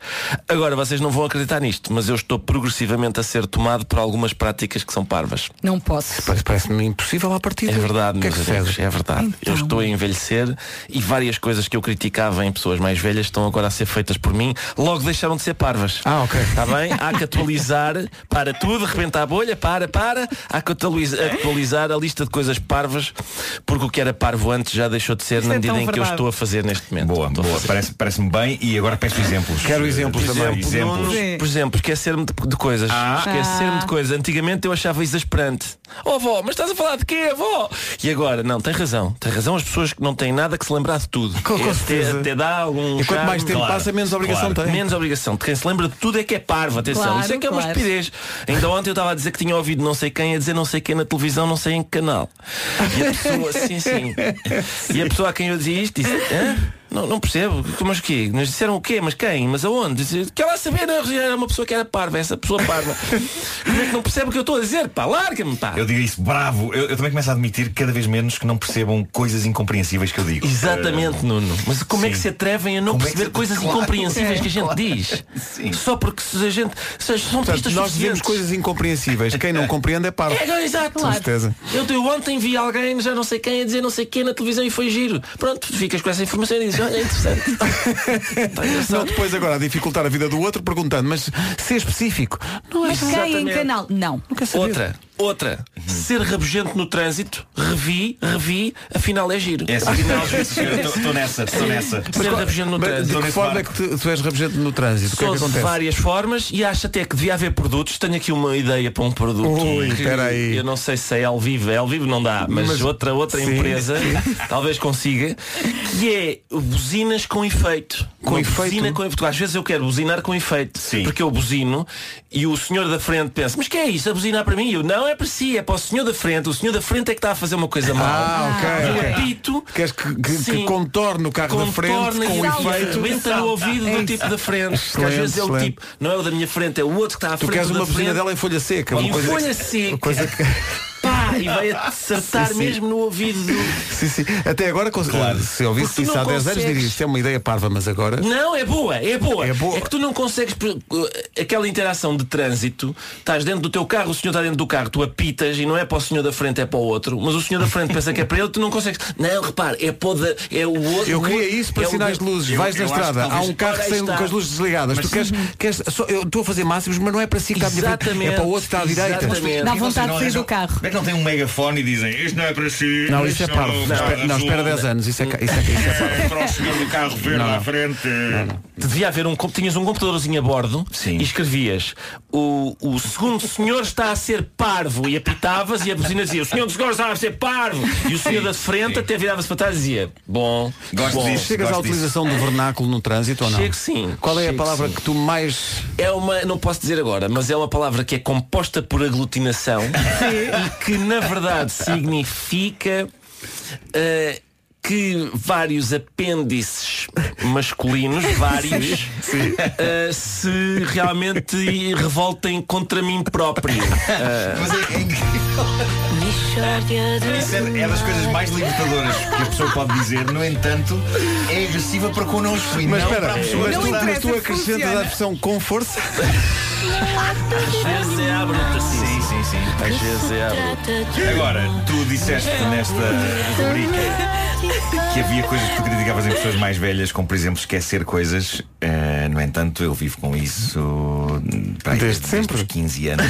I: Agora, vocês não vão acreditar nisto, mas eu estou progressivamente a ser tomado por algumas práticas que são parvas.
B: Não posso.
I: um
J: Parece- Parece-me impossível à partida.
I: É verdade,
J: O que é
I: meus
J: que
I: amigos,
J: sucede?
I: é verdade. Eu estou a envelhecer e várias coisas que eu criticava em pessoas mais velhas estão agora a ser feitas por mim, logo deixaram de ser parvas.
J: Ah, ok.
I: Está bem? Há que atualizar para tudo, arrebenta a bolha, para, para. Há que atualiza- atualizar a lista de coisas parvas, porque o que era parvo antes já deixou de ser
B: Isso
I: na
B: é
I: medida
B: tão
I: em que eu
B: verdade.
I: estou a fazer neste momento. Então,
K: Boa,
I: Estou a
K: boa.
I: fazer.
K: Parece- Parece-me bem e agora peço exemplos.
J: Quero exemplos
K: Eh,
J: também.
K: Exemplos.
I: Nuno, por exemplo, esquecer-me de, de coisas. Esquecer-me de coisas. Antigamente eu achava exasperante. Oh avó, mas estás a falar de quê, avó? E agora, não, tem razão. Tem razão as pessoas que não têm nada que se lembrar de tudo.
J: Com- com
I: É, até,
J: certeza.
I: até dá algum.
J: E quanto mais
I: charme.
J: tempo passa, menos obrigação tem.
I: Menos obrigação. De quem se lembra de tudo é que é parvo, atenção.
B: Claro,
I: Isso é que é uma
B: claro.
I: estupidez. Ainda ontem eu estava a dizer que tinha ouvido não sei quem a dizer não sei quem na televisão, não sei em que canal. E a pessoa, sim, sim. E a pessoa a quem eu dizia isto disse, Hã? Não, não percebo, é mas o quê? Nos disseram o quê? Mas quem? Mas aonde? Disse, Quer lá saber, não, era uma pessoa que era parva, essa pessoa parva. Como é que não percebe o que eu estou a dizer? Pá, larga-me, pá.
K: Eu digo isso, bravo. Eu, eu também começo a admitir cada vez menos que não percebam coisas incompreensíveis que eu digo.
I: Exatamente,
J: Eh,
I: Nuno. Mas como é que
K: sim.
I: se atrevem a não
K: Como é que
I: perceber
K: se-
I: coisas
K: Claro.
I: incompreensíveis que a gente diz?
K: Sim.
I: Só porque se a gente. Se são
J: Portanto,
I: pistas
J: nós dizemos
I: suficientes.
J: coisas incompreensíveis. Quem não compreende é parvo.
I: É, agora, exato.
J: Com certeza.
I: Eu, eu ontem vi alguém, já não sei quem, a dizer não sei quem na televisão e foi giro. Pronto, ficas com essa informação e dizes, olha, é interessante. Está
J: Não,
I: engraçado.
J: depois agora a dificultar a vida do outro perguntando, mas ser específico. Não é
B: Mas quem em
I: Exatamente.
B: canal? Não.
I: Outra, outra.
J: Uhum.
I: Ser rabugento no trânsito, revi, revi, afinal é giro.
K: É assim, não, estou nessa, estou nessa.
I: Ser rabugento no
J: Mas de
I: trânsito.
J: que
K: nesse
J: forma é
K: barco.
J: que tu, tu és rabugento no trânsito? O que é
I: Sou
J: que
I: de
J: acontece?
I: várias formas e acho até que devia haver produtos. Tenho aqui uma ideia para um produto.
J: Ui,
I: que
J: espera aí.
I: Eu não sei se é ao vivo. É ao vivo não dá, mas,
J: Mas-
I: outra, outra
J: sim.
I: empresa talvez consiga. E é buzinas com efeito.
J: Com
I: Uma
J: efeito?
I: Buzina com efeito. Às vezes eu quero buzinar com efeito.
K: Sim.
I: Porque eu buzino e o senhor da frente pensa, mas que é isso? A buzinar para mim? E Eu, não é para si, é para o senhor da frente. O senhor da frente é que está a fazer uma coisa mal.
J: Ah,
I: Eu
J: ok. ok.
I: apito.
J: Queres que, é que- que
I: Sim.
J: contorne o carro da frente
I: Contorna
J: com o
I: e
J: efeito?
I: arrebenta no ouvido do tipo da frente. Porque às
J: Excelente,
I: vezes é o
J: excelente.
I: tipo, não é o da minha frente, é o outro que está à
J: Tu
I: frente.
J: queres
I: o da
J: uma buzina
I: frente.
J: dela em folha seca?
I: E
J: Uma coisa
I: folha seca.
J: uma coisa que-
I: Pá, e vai acertar
J: Sim, sim.
I: mesmo no ouvido do.
J: Sim, sim. Até agora, cons- se eu
I: Porque
J: ouvisse
I: tu
J: isso
I: não
J: há 10 anos,
I: consegues.
J: diria isto é uma ideia parva, mas agora.
I: Não, é boa, é boa.
J: É boa.
I: que tu não consegues eh, aquela interação de trânsito, estás dentro do teu carro, o senhor está dentro do carro, tu apitas e não é para o senhor da frente, é para o outro, mas o senhor da frente pensa que é para ele, tu não consegues. Não, repare, é para o, da- é o outro.
J: Eu queria isso para
I: é o
J: sinais
I: da-
J: de luzes.
K: eu-
J: Vais
K: eu
J: na
K: acho que
J: estrada, há
K: talvez-
J: um carro
I: Ora, aí
J: sem,
I: está. Uhum.
J: com as luzes desligadas. tu queres, queres só- eu estou a fazer máximos, mas não é para si que está à minha frente.
I: Exatamente.
J: É para o outro que está à direita.
I: Exatamente.
B: Dá
K: Como é que vocês
B: vontade de sair
K: não
B: do
K: arranjam-
B: carro.
K: Como é que não tem um megafone e dizem isto não é para si?
J: Não, isso é
K: isto
J: parvo. Não,
K: é
J: espera- não, espera
K: azul,
J: 10 anos. Isso é, ca- isso é, isso é parvo.
K: É para o senhor do carro verde à frente.
I: Devia haver um comp- tinhas um computadorzinho a bordo
K: Sim.
I: e escrevias o, o segundo senhor está a ser parvo e apitavas e a buzina dizia o senhor dos senhor está a ser parvo e o senhor da frente até virava-se para trás e dizia bom,
K: Gosto
I: bom.
K: disso.
J: Chegas à
K: Gosto
J: utilização do vernáculo no trânsito ou não?
I: Chego sim.
J: Qual é a
I: Chego
J: palavra
I: sim.
J: que tu mais.
I: É uma, não posso dizer agora, mas é uma palavra que é composta por aglutinação e que na verdade significa eh, que vários apêndices masculinos, vários, eh, se realmente revoltem contra mim próprio. Eh,
K: Mas é, é incrível.
H: Michórdia de
K: Isso é, é das coisas mais libertadoras que a pessoa pode dizer, no entanto, é agressiva para connosco e
J: Mas
K: não
J: espera,
K: para a
J: mas,
K: pessoa. que
J: tu,
K: está-
J: mas tu acrescentas a expressão com força?
I: Às vezes é a bruta,
K: Sim,
I: sim.
K: sim, sim.
I: Às vezes é a bruta.
H: trata de
K: Agora, tu disseste nesta rubrica que havia coisas que tu criticavas em pessoas mais velhas, como por exemplo esquecer coisas. Eh, no entanto, eu vivo com isso hum, para aí,
J: Desde sempre?
K: os 15 anos.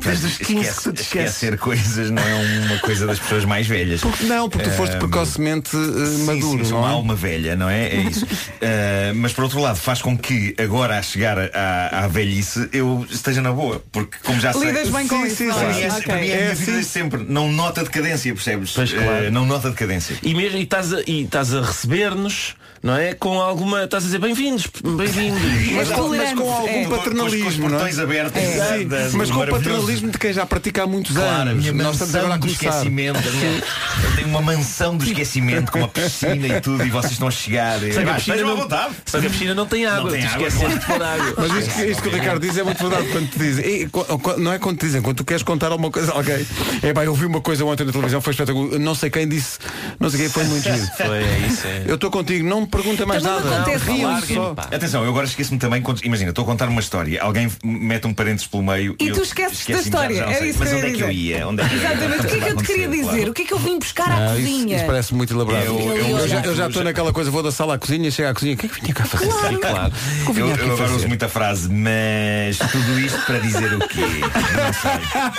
J: Desde os 15
K: Esquece-
J: que tu te esqueces.
K: Esquecer coisas não é uma coisa das pessoas mais velhas.
J: Porque não, porque tu foste
K: Eh,
J: precocemente eh,
K: Sim,
J: maduro,
K: sim, sou
J: não
K: uma
J: é?
K: alma velha, não é? É isso. Uh, mas por outro lado, faz com que agora a chegar à, à velhice eu esteja na boa. Porque como já sei.
B: Lidas bem com
J: Sim,
B: isso.
J: sim,
B: não
K: Para
B: é?
K: mim é,
B: Ok.
K: para mim é
J: É
K: a minha vida
J: assim.
K: de sempre. Não nota decadência, percebes?
I: Pois, claro.
K: Uh, não nota decadência.
I: E mesmo e estás a, e estás a receber-nos, não é? Com alguma. Estás a dizer bem-vindos, bem-vindos.
J: Mas,
B: É
J: com- mas com
B: tolerante,
J: algum
B: é.
K: Com- com os- com os
J: paternalismo, não é?
K: portões abertos.
J: Sim,
K: da- do
J: mas com
K: maravilhoso
A: jornalismo de quem já pratica há muitos
K: Claro, a
A: anos.
K: minha
A: Nós
K: mansão
A: estamos agora a
K: do
A: começar.
K: esquecimento. a minha- eu tenho uma mansão do esquecimento com uma piscina e tudo e vocês estão a chegar. e-
I: Só que a
K: Vá,
I: piscina
K: estejam à
I: não-
K: vontade.
I: só que a piscina não tem água,
K: Não tem
I: tu
K: água.
I: esqueceste de pôr água.
A: Mas isto, que- isto que o Ricardo diz é muito verdade quando te dizem. E, co- co- não é quando te dizem, quando tu queres contar alguma coisa a alguém. É pá, eu vi uma coisa ontem na televisão, foi espetacular. Não sei quem disse, não sei quem, foi muito giro.
K: Foi, é isso, é.
A: Eu estou contigo, não me pergunta mais
B: Também me
A: nada.
B: Então acontece
A: Riam
B: isso.
A: só.
K: Atenção, eu agora esqueço-me também quando. Imagina, estou a contar uma história, alguém mete um parênteses pelo meio
B: E
K: eu
B: tu esqueces da
K: esqueci-me, já-
B: história.
K: já não
B: Era
K: sei.
B: isso
K: Mas
B: que eu
K: onde é
B: ia
K: que eu
B: dizer.
K: ia? Onde é que eu ia?
B: Exatamente. O que é que eu te queria
K: Claro.
B: dizer? O que é que eu vim buscar à
A: Não, Ah, isso,
B: cozinha?
A: isso parece muito elaborado.
K: Eu- eu-
A: Eu já- eu já
K: eu
A: estou
K: já-
A: naquela coisa, vou da sala à cozinha, chego à cozinha. O que é que vinha cá fazer?
K: Sim, claro. Eu, eu agora uso muita frase, mas tudo isto para dizer o quê?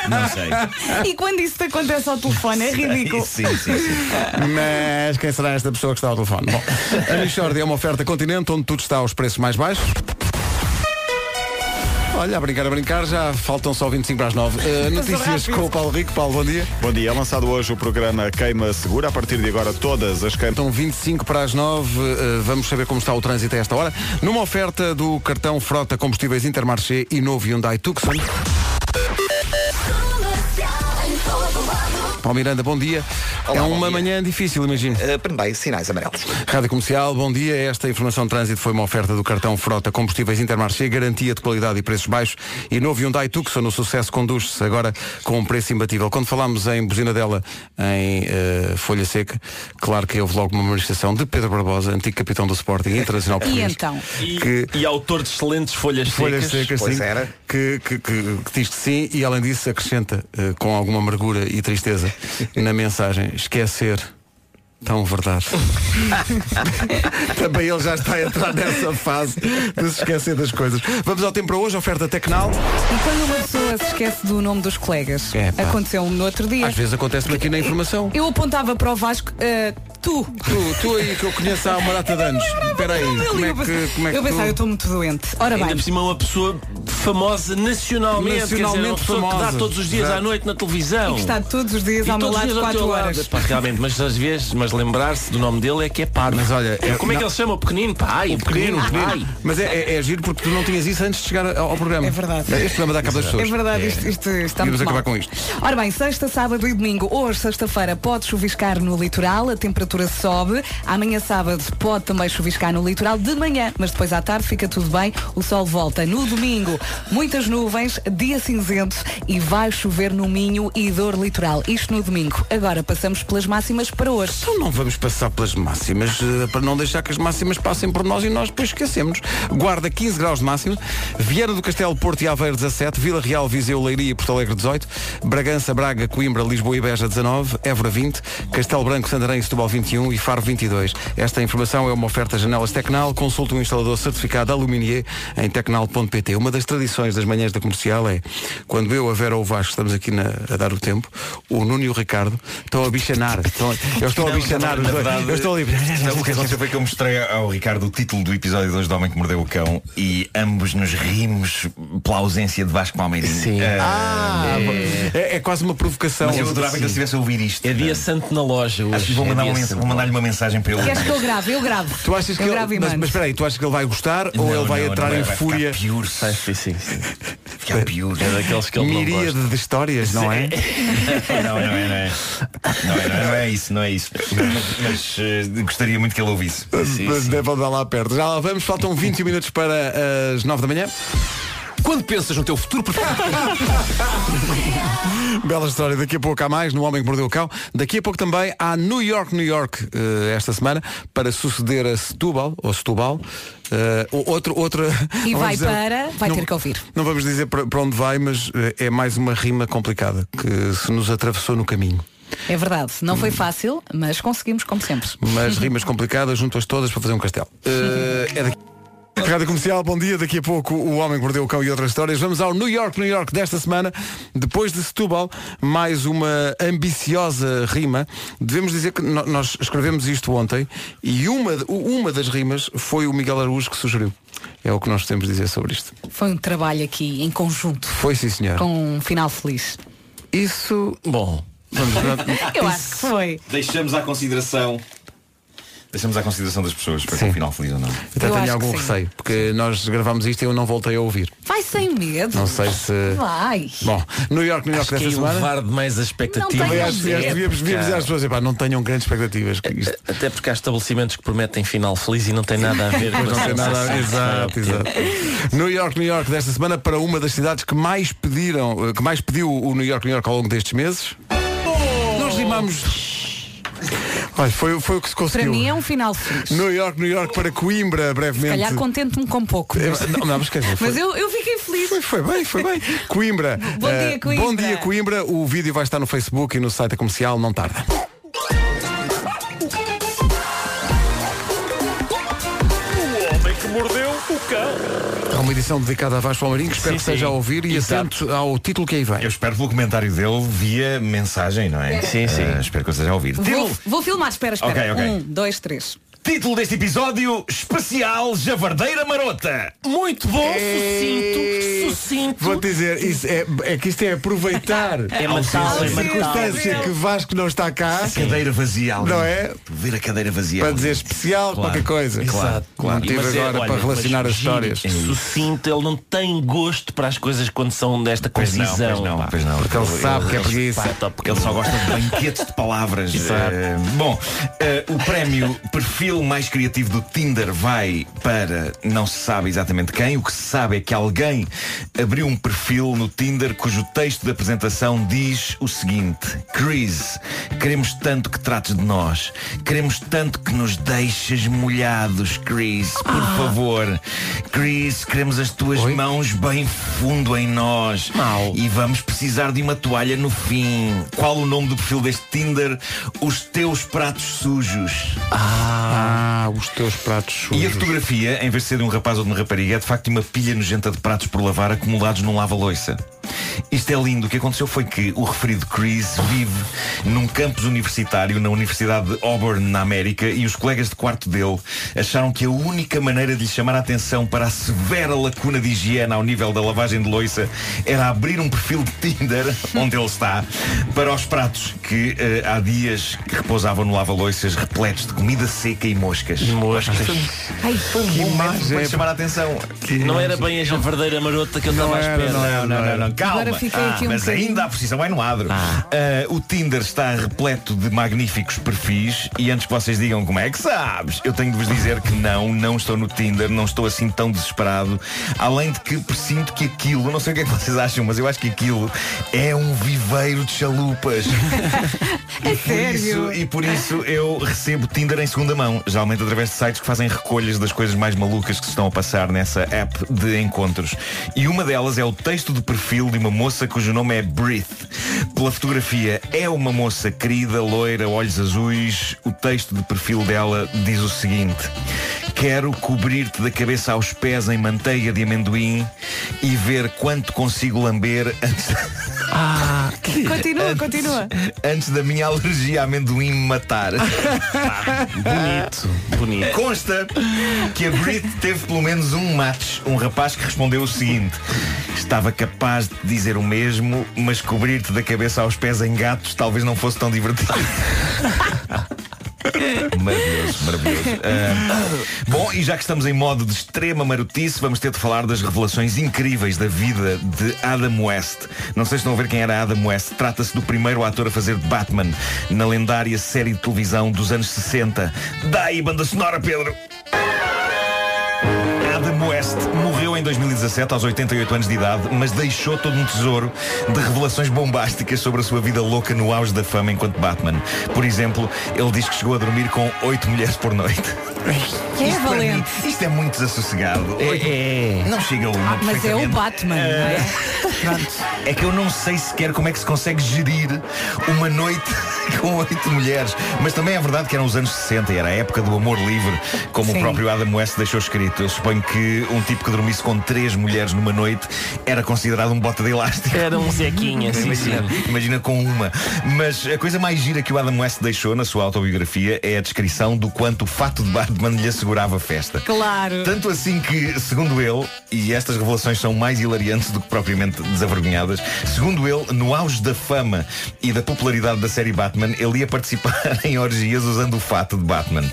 K: Não sei. Não sei.
B: E quando isso te acontece ao telefone, é ridículo.
K: Sim, sim, sim.
A: Mas quem será esta pessoa que está ao telefone? Bom, a Michord é uma oferta continente onde tudo está aos preços mais baixos. Olha, a brincar, a brincar, já faltam só 25 para as 9. Eh, notícias com o Paulo Rico. Paulo, bom dia.
E: Bom dia, é lançado hoje o programa Queima Segura. A partir de agora, todas as queimas.
A: Então, 25 para as 9, eh, vamos saber como está o trânsito a esta hora. Numa oferta do cartão Frota Combustíveis Intermarché e novo Hyundai Tucson. Paulo Miranda, bom dia.
D: Olá,
A: é
D: bom
A: uma
D: dia.
A: manhã difícil, imagino.
D: Eh, Primeiro, sinais amarelos.
A: Rádio Comercial, bom dia. Esta informação de trânsito foi uma oferta do cartão Frota Combustíveis Intermarché, garantia de qualidade e preços baixos. E novo Hyundai Tucson, no sucesso conduz-se agora com um preço imbatível. Quando falámos em buzina dela em eh, Folha Seca, claro que houve logo uma manifestação de Pedro Barbosa, antigo capitão do Sporting Internacional
B: E
A: Português.
B: então?
A: Que-
I: E, e autor de excelentes folhas secas.
A: Folhas secas,
D: pois
A: sim,
D: era.
A: Que, que, que- que diz que sim e além disso acrescenta eh, com alguma amargura e tristeza na mensagem esquecer tão verdade. Também ele já está a entrar nessa fase de se esquecer das coisas. Vamos ao tempo para hoje, oferta Tecnal.
B: E quando uma pessoa se esquece do nome dos colegas,
A: Epá.
B: aconteceu-me no outro dia.
A: Às vezes acontece aqui na informação.
B: Eu apontava para o Vasco, ah, tu.
A: Tu, tu aí que eu conheço há uma data de anos. Espera aí,
B: Eu
A: como é
B: lembrava-
A: que, como é que
B: eu pensava, eu
A: tu...
B: estou muito doente. Ora
I: Ainda
B: bem,
I: por cima é uma pessoa famosa nacionalmente,
A: Nacionalmente
I: quer dizer, uma pessoa
A: famosa.
I: que dá todos os dias
A: Exato.
I: à noite na televisão.
B: que está todos os dias
I: E
B: ao meu
I: todos os
B: lado
I: dias ao teu
B: 4
I: lado. é
B: horas.
I: Epá, realmente, mas às vezes, mas lembrar-se do nome dele é que é parvo.
A: Mas olha,
I: É,
A: eu-
I: como é que
A: não-
I: ele se chama? O pequenino? Pai, o
A: Um Pequenino, pequenino.
I: Pai.
A: Mas é, é, é giro porque tu não tinhas isso antes de chegar ao, ao programa.
B: É verdade.
A: Este programa dá cabo das
B: É
A: pessoas.
B: verdade, isto, isto está muito
A: Devíamos
B: mal.
A: acabar com isto.
B: Ora bem, sexta, sábado e domingo. Hoje, sexta-feira, pode chuviscar no litoral, a temperatura sobe. Amanhã, sábado, pode também chuviscar no litoral de manhã, mas depois à tarde fica tudo bem, o sol volta. No domingo, muitas nuvens, dia cinzento e vai chover no Minho e dor litoral. Isto no domingo. Agora passamos pelas máximas para hoje.
A: Então não vamos passar pelas máximas, eh, para não deixar que as máximas passem por nós e nós depois esquecemos. Guarda 15 graus de máximo, Vieira do Castelo, Porto e Aveiro 17, Vila Real, Viseu, Leiria e Porto Alegre 18, Bragança, Braga, Coimbra, Lisboa e Beja 19, Évora 20, Castelo Branco, Santarém e Setúbal 21 e Faro 22. Esta informação é uma oferta Janelas Tecnal, consulta um instalador certificado Aluminier em tecnal.pt. Uma das tradições das manhãs da comercial é, quando eu, a Vera ou o Vasco estamos aqui na- a dar o tempo, o Nuno e o Ricardo estão a bichanar. Estão, eu estou a
K: Não,
A: bichanar
K: na
A: os dois.
K: verdade,
A: Eu estou ali.
K: não, O que aconteceu foi que eu mostrei ao Ricardo o título do episódio 2 do Homem que Mordeu o Cão e ambos nos rimos pela ausência de Vasco Palmeirinho.
A: Sim. Ah, é, é quase uma provocação.
K: mas eu adorava que ele estivesse a ouvir isto.
I: É dia santo na loja hoje.
K: Acho que vou
I: É
K: mandar
I: dia
K: uma
I: santo.
K: mensa- vou mandar-lhe uma mensagem para ele.
B: Queres que eu grave? Eu gravo.
A: Tu achas que
B: eu
A: ele,
B: gravo e
A: mas,
B: mando.
A: mas espera aí, tu achas que ele vai gostar ou ele vai entrar em fúria?
K: é, Ficar pior,
I: Sim,
K: sabes?
I: sim, sim, sim.
K: Ficar pior.
I: É daqueles que ele não gosta.
A: Miríade de histórias, não é?
K: Não, não é, não é. Não é, não é, não é isso, não é isso. Mas, mas, eh, gostaria muito que ele ouvisse.
A: Mas deve andar lá perto. Já lá vamos, faltam 20 minutos para as 9 da manhã.
G: Quando pensas no teu futuro,
A: Bela história, daqui a pouco há mais no Homem que Mordeu o Cão. Daqui a pouco também há New York, New York, eh, esta semana, para suceder a Setúbal, ou Setúbal, eh, o- outro, outra...
B: E
A: vamos
B: vai para- vai ter que ouvir.
A: Não vamos dizer para, para onde vai, mas eh, é mais uma rima complicada que se nos atravessou no caminho.
B: É verdade, não
A: Hum.
B: foi fácil, mas conseguimos, como sempre.
A: Mas rimas complicadas, juntas todas para fazer um castelo. Eh, é daqui. Rádio Comercial, bom dia. Daqui a pouco o Homem que Mordeu o Cão e outras histórias. Vamos ao New York, New York desta semana. Depois de Setúbal, mais uma ambiciosa rima. Devemos dizer que no- nós escrevemos isto ontem e uma, de- uma das rimas foi o Miguel Araújo que sugeriu. É o que nós temos de dizer sobre isto.
B: Foi um trabalho aqui em conjunto,
A: Foi sim, senhor.
B: com um final feliz.
A: Isso...
I: Bom,
A: Vamos,
B: Eu acho que foi.
K: Deixamos à consideração Deixamos à consideração das pessoas para ter um final feliz ou não.
A: Até
B: Eu acho
A: tenho
B: que
A: algum
B: sim.
A: receio, porque nós gravámos isto e eu não voltei a ouvir.
B: Vai sem medo.
A: Não sei se.
B: Vai.
A: Bom, New York, New York
B: que
A: desta
B: é
A: semana.
I: elevar demais as expectativas. Não tenham
A: Aliás,
I: medo,
A: aliás, devíamos devíamos dizer
I: cara.
A: às pessoas, epá, não tenham grandes expectativas. que isto-
I: Até porque há estabelecimentos que prometem final feliz e não tem nada a ver com
A: Pois não
I: a
A: tem nada a ver. Exato, exato. New York, New York desta semana para uma das cidades que mais pediram, eh, que mais pediu o New York, New York ao longo destes meses. Nós rimamos. Olha, foi, foi o que se
B: Para
A: conseguiu.
B: mim é um final feliz.
A: New York, New York para Coimbra,
B: Se
A: brevemente.
B: calhar contente-me com pouco.
A: Eh,
B: Mas,
A: Não, não, mas quer dizer, foi-
B: mas eu, eu fiquei feliz.
A: Foi, foi bem, foi bem. Coimbra.
B: Bom dia,
A: eh,
B: Coimbra.
A: Bom dia, Coimbra. O vídeo vai estar no Facebook e no site da comercial, não tarda.
C: O homem que mordeu o cão.
A: Há uma edição dedicada a Vasco Palmeirinho que espero
K: Sim,
A: que esteja
K: sim.
A: a ouvir e atento ao título que aí vem.
K: Eu espero pelo comentário dele via mensagem, não é?
I: Sim, sim.
K: Ah, espero que eu esteja a ouvir.
B: Vou,
K: Título,
B: vou filmar, espera, espera.
K: Ok, ok.
B: Um, dois, três.
K: título deste episódio especial Javardeira Marota.
I: Muito
B: Oh,
I: bom,
A: Ei,
I: sucinto,
A: É.
I: sucinto.
A: Vou dizer, isso é, é que isto é aproveitar
I: É
A: a
I: mental, é
A: circunstância que Vasco não está cá
K: A cadeira vazia ali.
A: Não é?
K: Ver a cadeira vazia.
A: para
K: ali.
A: dizer especial,
K: Claro.
A: qualquer coisa.
K: Claro, claro.
A: Não tive
I: Mas é,
A: agora
I: olha,
A: para relacionar
I: mas
A: as
I: giro,
A: histórias.
K: é
I: Sucinto, ele não tem gosto para as coisas quando são desta
K: Pois não,
I: concisão.
K: pois não,
I: pá.
K: pois não.
A: Porque ele sabe que é preguiça.
I: Pá, porque
K: Ele só gosta de banquetes de palavras. Eh, bom, eh, o prémio perfil mais criativo do Tinder vai para não se sabe exatamente quem. O que se sabe é que alguém abriu um perfil no Tinder cujo texto de apresentação diz o seguinte: Chris, queremos tanto que trates de nós. Queremos tanto que nos deixes molhados, Chris. Por favor. Chris, queremos as tuas mãos bem fundo em nós.
I: Mau.
K: E vamos precisar de uma toalha no fim. Qual o nome do perfil deste Tinder? Os teus pratos sujos.
A: Ah, os teus pratos
K: E a
A: sujos.
K: fotografia, em vez de ser de um rapaz ou de uma rapariga, é de facto uma pilha nojenta de pratos por lavar acumulados num lava-loiça. Isto é lindo. O que aconteceu foi que o referido Chris vive num campus universitário na Universidade de Auburn, na América, e os colegas de quarto dele acharam que a única maneira de lhe chamar a atenção para a severa lacuna de higiene ao nível da lavagem de loiça era abrir um perfil de Tinder, onde ele está, para os pratos que eh, há dias que repousavam no lava-loiças repletos de comida seca e moscas.
I: Moscas.
B: Ai,
K: Que
A: imagem.
K: imagem um para chamar a atenção.
I: Não era bem a javardeira marota que eu estava à
A: era,
I: espera.
A: não
K: Não, não, não, não, calma.
B: Agora fiquei
K: Ah,
B: aqui um
K: mas
B: bocadinho.
K: ainda a precisão vai no adro. Ah, o Tinder está repleto de magníficos perfis e antes que vocês digam como é que sabes, eu tenho de vos dizer que não, não estou no Tinder, não estou assim tão desesperado. Além de que presinto que aquilo, não sei o que é que vocês acham, mas eu acho que aquilo é um viveiro de chalupas.
B: é
K: Por
B: sério.
K: isso- e por isso eu recebo Tinder em segunda mão, geralmente através de sites que fazem recolhas das coisas mais malucas que se estão a passar nessa app de encontros. E uma delas é o texto de perfil de uma moça cujo nome é Breathe. Pela fotografia, é uma moça querida, loira, olhos azuis. O texto de perfil dela diz o seguinte: Quero cobrir-te da cabeça aos pés em manteiga de amendoim e ver quanto consigo lamber antes
B: Continua, continua.
K: antes da minha alergia a amendoim me matar.
I: Bonito, bonito.
K: Consta que a Brit teve pelo menos um match, um rapaz que respondeu o seguinte: Estava capaz de dizer o mesmo, mas cobrir-te da cabeça aos pés em gatos talvez não fosse tão divertido. Maravilhoso, maravilhoso. Ah, bom, e já que estamos em modo de extrema marotice, vamos ter de falar das revelações incríveis da vida de Adam West. Não sei se estão a ver quem era Adam West. Trata-se do primeiro ator a fazer de Batman na lendária série de televisão dos anos 60. Daí, banda sonora, Pedro! Adam West morreu em 2017 aos 88 anos de idade, mas deixou todo um tesouro de revelações bombásticas sobre a sua vida louca no auge da fama enquanto Batman. Por exemplo, ele diz que chegou a dormir com oito mulheres por noite.
B: É
K: Para mim,
B: valente.
K: Isto é muito desassossegado. Oito- Não chega a uma.
B: Mas é o
K: perfeitamente.
B: Batman, não é?
A: Eh,
K: É que eu não sei sequer como é que se consegue gerir uma noite com oito mulheres. Mas também é verdade que eram os anos 60 e era a época do amor livre, como
B: Sim.
K: o próprio Adam West deixou escrito. Eu suponho que um tipo que dormisse com três mulheres numa noite era considerado um bota de elástico.
I: Era um Zequinha, sim, sim.
K: Imagina, imagina com uma. Mas a coisa mais gira que o Adam West deixou na sua autobiografia é a descrição do quanto o fato de Batman lhe assegurava festa.
B: Claro.
K: Tanto assim que, segundo ele, e estas revelações são mais hilariantes do que propriamente desavergonhadas, segundo ele, no auge da fama e da popularidade da série Batman, ele ia participar em orgias usando o fato de Batman.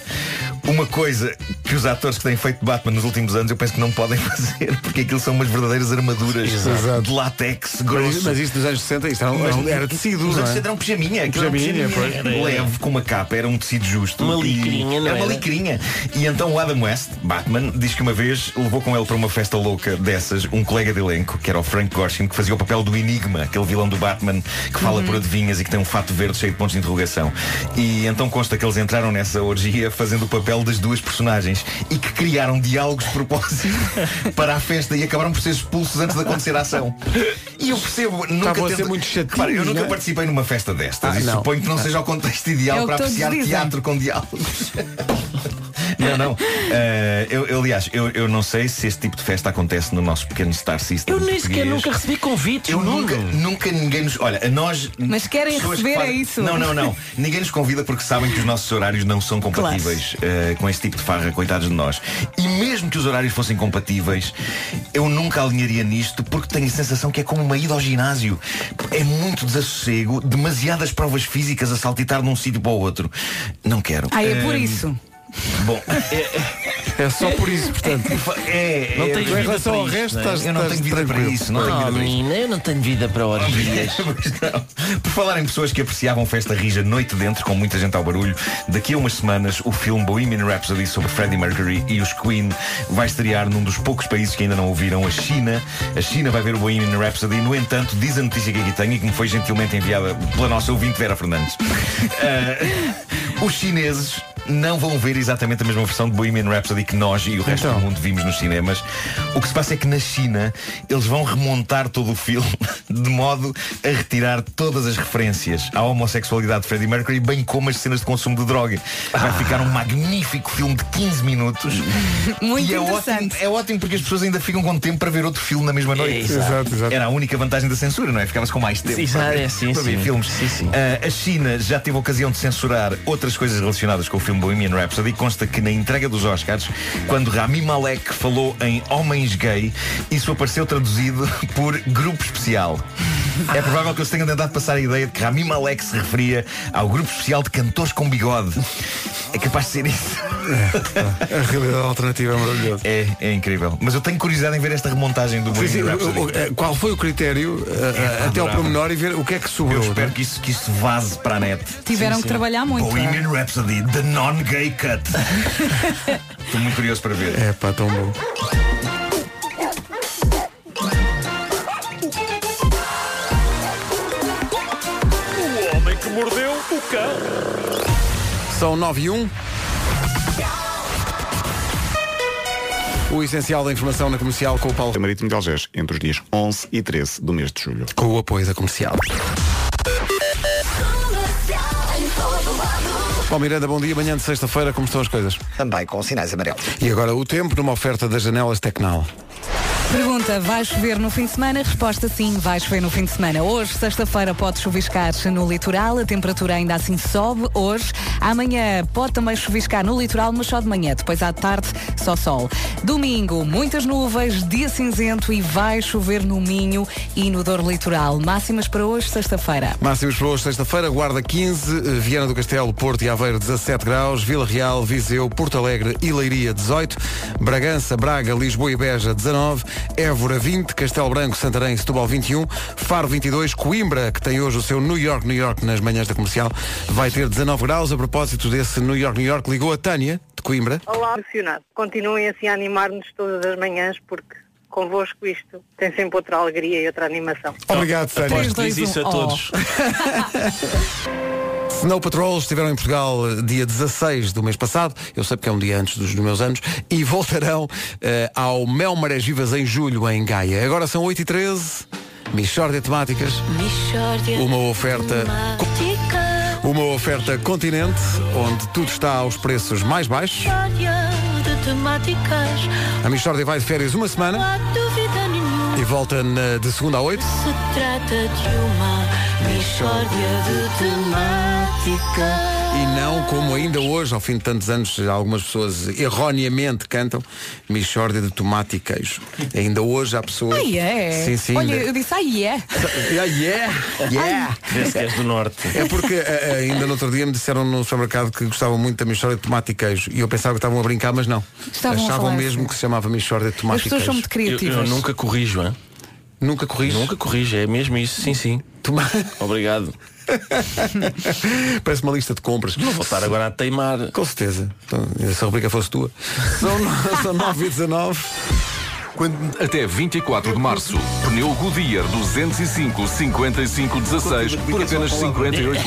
K: Uma coisa que os atores que têm feito Batman nos últimos anos eu penso que não podem fazer, porque aquilo são umas verdadeiras armaduras
A: Exato.
K: de látex grosso.
A: Mas, mas isto dos anos 60 isto era, um-
K: Mas-
A: era, um- era tecido.
K: Nos
A: não
K: anos
A: é?
K: 60 era um pijaminha, aquilo era um
A: Pijaminha,
K: pijaminha,
A: pois.
K: era leve, com uma capa, era um tecido justo.
I: Uma
K: E-
I: licrinha, não
K: era uma
I: era?
K: licrinha. E então o Adam West, Batman, diz que uma vez levou com ele para uma festa louca dessas um colega de elenco, que era o Frank Gorshin, que fazia o papel do Enigma, aquele vilão do Batman que fala
I: Uhum.
K: por adivinhas e que tem um fato verde cheio de pontos de interrogação. E então consta que eles entraram nessa orgia fazendo o papel das duas personagens e que criaram diálogos de propósito para a festa e acabaram por ser expulsos antes de acontecer a ação. E eu percebo,
I: Tá,
K: nunca
A: Estavam a ser
K: tenta-
A: muito chatinhos,
K: Repara, eu
I: né?
K: nunca
A: não é?
K: participei numa festa destas
A: Ah,
K: e
A: não.
K: suponho que não seja o contexto
B: É o
K: ideal
B: que
K: para
B: todos
K: apreciar
B: dizem.
K: teatro com diálogos. Não, não. Eh, eu, eu, aliás, eu, eu não sei se este tipo de festa acontece no nosso pequeno Star System.
I: Eu nem sequer
K: português.
I: nunca recebi convites,
K: Eu
I: Nuno.
K: nunca, nunca ninguém nos. Olha, a nós.
B: Mas querem
K: pessoas que
B: receber,
K: fazem-
B: é isso?
K: Não, não, não. Ninguém nos convida porque sabem que os nossos horários não são compatíveis eh, com este tipo de farra, coitados de nós. E mesmo que os horários fossem compatíveis, eu nunca alinharia nisto porque tenho a sensação que é como uma ida ao ginásio. É muito desassossego, demasiadas provas físicas a saltitar de um sítio para o outro. Não quero.
B: Ah, é por
K: Eh,
B: isso.
K: Bom,
A: É só por isso, portanto.
K: é,
I: Não
K: é-
I: tens
A: Em
I: vida
A: relação
I: para
A: ao
I: isto,
A: resto,
I: não é?
A: estás,
K: eu não
A: estás
K: tenho vida para
A: tranquilo.
K: isso, não tenho
I: Oh,
K: vida para isto.
I: menina, eu não tenho vida para orgias.
K: Pois não. Por falar em pessoas que apreciavam festa rija noite dentro, com muita gente ao barulho, daqui a umas semanas o filme Bohemian Rhapsody sobre Freddie Mercury e os Queen vai estrear num dos poucos países que ainda não ouviram, a China. A China vai ver o Bohemian Rhapsody. No entanto, diz a notícia que aqui tenho e que me foi gentilmente enviada pela nossa ouvinte Vera Fernandes. Ah, os chineses não vão ver exatamente a mesma versão de Bohemian Rhapsody que nós e o resto
A: Então.
K: do mundo vimos nos cinemas. O que se passa é que na China eles vão remontar todo o filme de modo a retirar todas as referências à homossexualidade de Freddie Mercury, bem como as cenas de consumo de droga. Vai ficar um magnífico filme de 15 minutos.
B: Muito
K: e é ótimo,
B: interessante.
K: é ótimo porque as pessoas ainda ficam com tempo para ver outro filme na mesma noite.
A: Exato, exato.
K: Era a única vantagem da censura, não é? Ficava-se com mais tempo
I: Sim,
K: para
I: exato,
K: ver,
I: é, sim,
K: para ver
I: sim.
K: filmes.
I: Sim, sim.
K: Ah, a China já teve a ocasião de censurar outras coisas relacionadas com o filme Bohemian Rhapsody. Consta que na entrega dos Oscars, quando Rami Malek falou em homens gay, isso apareceu traduzido por grupo especial. É provável que eles tenham tentado passar a ideia de que Rami Malek se referia ao grupo especial de cantores com bigode. É capaz de ser isso.
A: A realidade alternativa é maravilhosa.
K: É, é incrível. Mas eu tenho curiosidade em ver esta remontagem do
A: Sim, sim,
K: Bohemian Rhapsody.
A: o- o- eh, qual foi o critério eh, eh, até ao
K: É adorável.
A: pormenor e ver o que é que
K: Eu
A: sobrou?
K: espero que isso, que isso vaze para a net.
A: eh,
B: Tiveram que trabalhar muito. é?
K: Bohemian Rhapsody, the non-gay cut. Estou muito curioso para ver.
A: É pá, tão bom.
C: O homem que mordeu o cão.
A: São 9 e 1. O essencial da informação na comercial com o Paulo.
E: Tem Marítimo de Algés, entre os dias 11 e 13 do mês de julho.
A: Com o apoio da comercial. Paulo Miranda, bom dia. Amanhã de sexta-feira, como estão as coisas?
D: Também com sinais amarelos.
A: E agora o tempo numa oferta das janelas Tecnal.
B: Pergunta, vai chover no fim de semana? Resposta sim, vai chover no fim de semana. Hoje, sexta-feira, pode chuviscar no litoral, a temperatura ainda assim sobe hoje. Amanhã pode também chuviscar no litoral, mas só de manhã, depois à tarde só sol. Domingo, muitas nuvens, dia cinzento e vai chover no Minho e no Douro Litoral. Máximas para hoje, sexta-feira.
A: Máximos para hoje, sexta-feira, Guarda 15, eh, Viana do Castelo, Porto e Aveiro 17 graus, Vila Real, Viseu, Porto Alegre e Leiria 18, Bragança, Braga, Lisboa e Beja 19, Évora 20, Castelo Branco, Santarém e Setúbal 21, Faro 22, Coimbra, que tem hoje o seu New York, New York nas manhãs da comercial, vai ter 19 graus. A propósito desse New York, New York, ligou a Tânia de Coimbra.
L: Olá, emocionado. Continuem assim a animar-nos todas as manhãs porque convosco isto tem sempre outra alegria e outra animação.
A: Obrigado, Tânia.
I: Aposto que
B: 3,
I: diz
B: 2,
I: isso
B: 1,
I: a
B: oh.
I: todos.
A: Snow Patrol estiveram em Portugal eh, dia 16 do mês passado, eu sei porque é um dia antes dos, dos meus anos, e voltarão eh, ao Mel Marés Vivas em julho em Gaia. Agora são 8 e 13 Michórdia de Temáticas,
H: Mixórdia
A: uma oferta,
H: temática,
A: uma oferta continente, onde tudo está aos preços mais baixos.
H: Mixórdia de temáticas.
A: A Michórdia vai de férias uma
H: Não
A: semana
H: há dúvida nenhuma.
A: e volta na- de segunda a oito.
H: Se trata de uma mistória de temática.
A: E não como ainda hoje, ao fim de tantos anos, algumas pessoas erroneamente cantam Michórdia de Tomate e Queijo. Ainda hoje há pessoas.
B: Ai, é.
A: Sim, sim.
B: Olha,
A: ainda-
B: eu disse, ai, é.
A: Yeah, yeah, yeah.
K: Vê-se que és do norte.
A: É porque eh, eh, ainda no outro dia me disseram no supermercado que gostavam muito da mistória de tomate e queijo. E eu pensava que estavam a brincar, mas não.
B: Estavam a
A: Achavam
B: falar
A: mesmo
B: assim.
A: que se chamava mistória de tomate
B: As pessoas
A: e queijo.
B: são muito criativas.
I: Eu, eu nunca corrijo, hein?
A: Nunca corrijo?
I: Nunca corrijo, é mesmo isso, sim, sim. Obrigado.
A: Parece uma lista de compras.
I: Não vou estar agora a teimar.
A: Com certeza. Então, se a rubrica fosse tua. São, no- são 9 e 19.
M: Quando, até 24 de março, pneu Goodyear 205 55 16 por apenas 58 euros.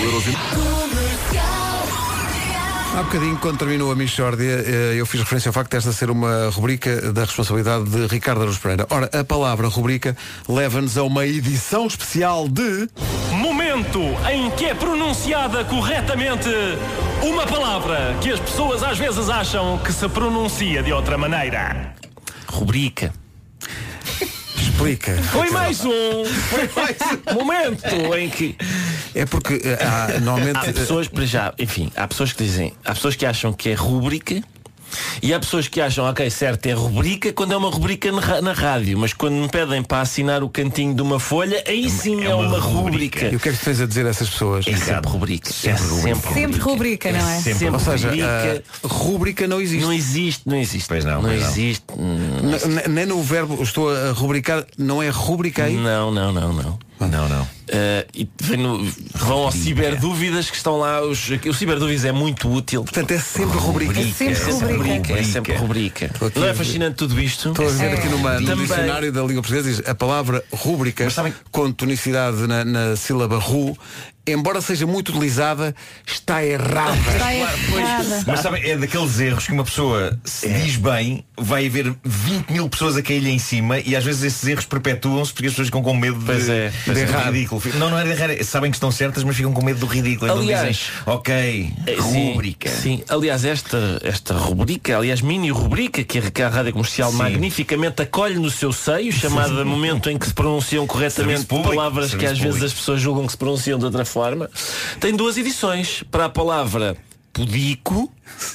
A: Há bocadinho, quando terminou a Michórdia, eh, eu fiz referência ao facto desta ser uma rubrica da responsabilidade de Ricardo Aruz Pereira. Ora, a palavra rubrica leva-nos a uma edição especial de...
N: Momento em que é pronunciada corretamente uma palavra que as pessoas às vezes acham que se pronuncia de outra maneira.
I: Rubrica.
A: Explica.
I: Foi mais um. Foi mais um momento em que.
A: É porque há, normalmente. eh,
I: Há pessoas, para já, enfim, há pessoas que dizem. Há pessoas que acham que é rubrica. E há pessoas que acham, ok, certo, é rubrica quando é uma rubrica na, ra- na rádio, mas quando me pedem para assinar o cantinho de uma folha, aí sim é, uma, rubrica.
A: E o que é que tu tens a dizer a essas pessoas?
I: É sempre rubrica. É sempre
B: Sempre rubrica, não é?
I: Sempre
A: Ou seja,
I: rubrica.
A: a rubrica não existe.
I: Não existe, não existe. ah, Pois não,
A: pois não.
I: existe.
A: N- n- Nem no verbo estou a rubricar, não é rubrica aí?
I: Não, não, não, não.
K: Não, não.
I: Eh, e vem no- vão ao Ciberdúvidas que estão lá. Os, o Ciberdúvidas é muito útil.
A: Portanto, é sempre
I: rubrica.
A: É sempre rubrica.
I: É sempre rubrica. É.
A: aqui
I: Não
A: a
I: é
A: ver-
I: fascinante tudo isto?
A: Estou a ver aqui numa, no
I: Também-
A: dicionário da língua portuguesa diz a palavra rúbrica com tonicidade na, na sílaba ru, embora seja muito utilizada, está errada.
K: Mas sabe, é daqueles erros que uma pessoa se diz bem, vai haver 20 mil pessoas a cair-lhe em cima e às vezes esses erros perpetuam-se porque as pessoas ficam com medo de,
I: Pois é, pois
K: de
I: é.
K: ridículo. Não, não é de errar, sabem que estão certas, mas ficam com medo do ridículo. Então
I: Aliás,
K: dizem, ok,
I: Eh, sim,
K: rúbrica.
I: Sim, aliás, esta, esta rubrica, aliás, mini rubrica que a- que a Rádio Comercial magnificamente acolhe no seu seio, chamada momento em que se pronunciam corretamente
K: Serviço público,
I: palavras que
K: serviço
I: às vezes
K: público.
I: as pessoas julgam que se pronunciam de outra forma, tem duas edições para a palavra pudico,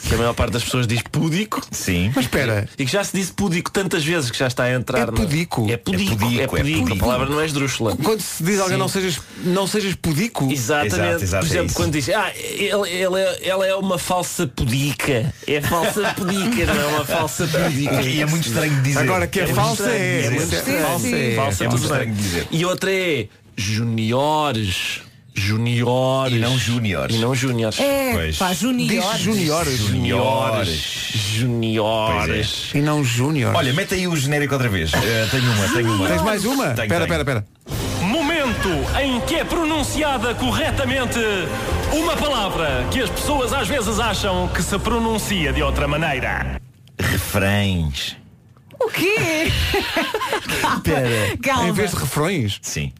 I: que a maior parte das pessoas diz pudico.
K: Sim.
A: Mas espera.
I: E que já se disse pudico tantas vezes que já está a entrar.
A: É
I: na-
A: pudico.
I: É pudico. É pudico.
K: pudico, é pudico.
I: A palavra não é esdrúxula.
A: Quando se diz alguém
I: Sim.
A: não sejas, não sejas pudico.
I: Exatamente.
K: é
I: Por exemplo, quando diz, ah, ele, ele é, ela é uma falsa pudica. É falsa pudica, não é uma falsa pudica.
K: E é muito estranho dizer.
A: Agora que é
I: muito
A: falsa
I: estranho
A: é,
I: dizer.
A: é muito estranho.
I: Falsa é.
A: Sim,
I: Falsa
K: sim. É muito
I: tudo bem.
K: estranho dizer.
I: E outra é juniores. Juniores. E não júniores. E não júniores.
B: É, pá, juniores.
A: Diz juniores.
I: Juniores.
K: é.
I: Juniores.
A: E não júnior.
K: Olha, mete aí o genérico outra vez. Eh, tenho uma, tenho uma.
A: Tens mais uma?
K: Tenho,
A: Espera, espera,
K: tenho.
A: espera.
N: Momento em que é pronunciada corretamente uma palavra que as pessoas às vezes acham que se pronuncia de outra maneira.
K: Refrães.
B: O quê? Calma. Calma.
A: Em vez de refrões?
K: Sim.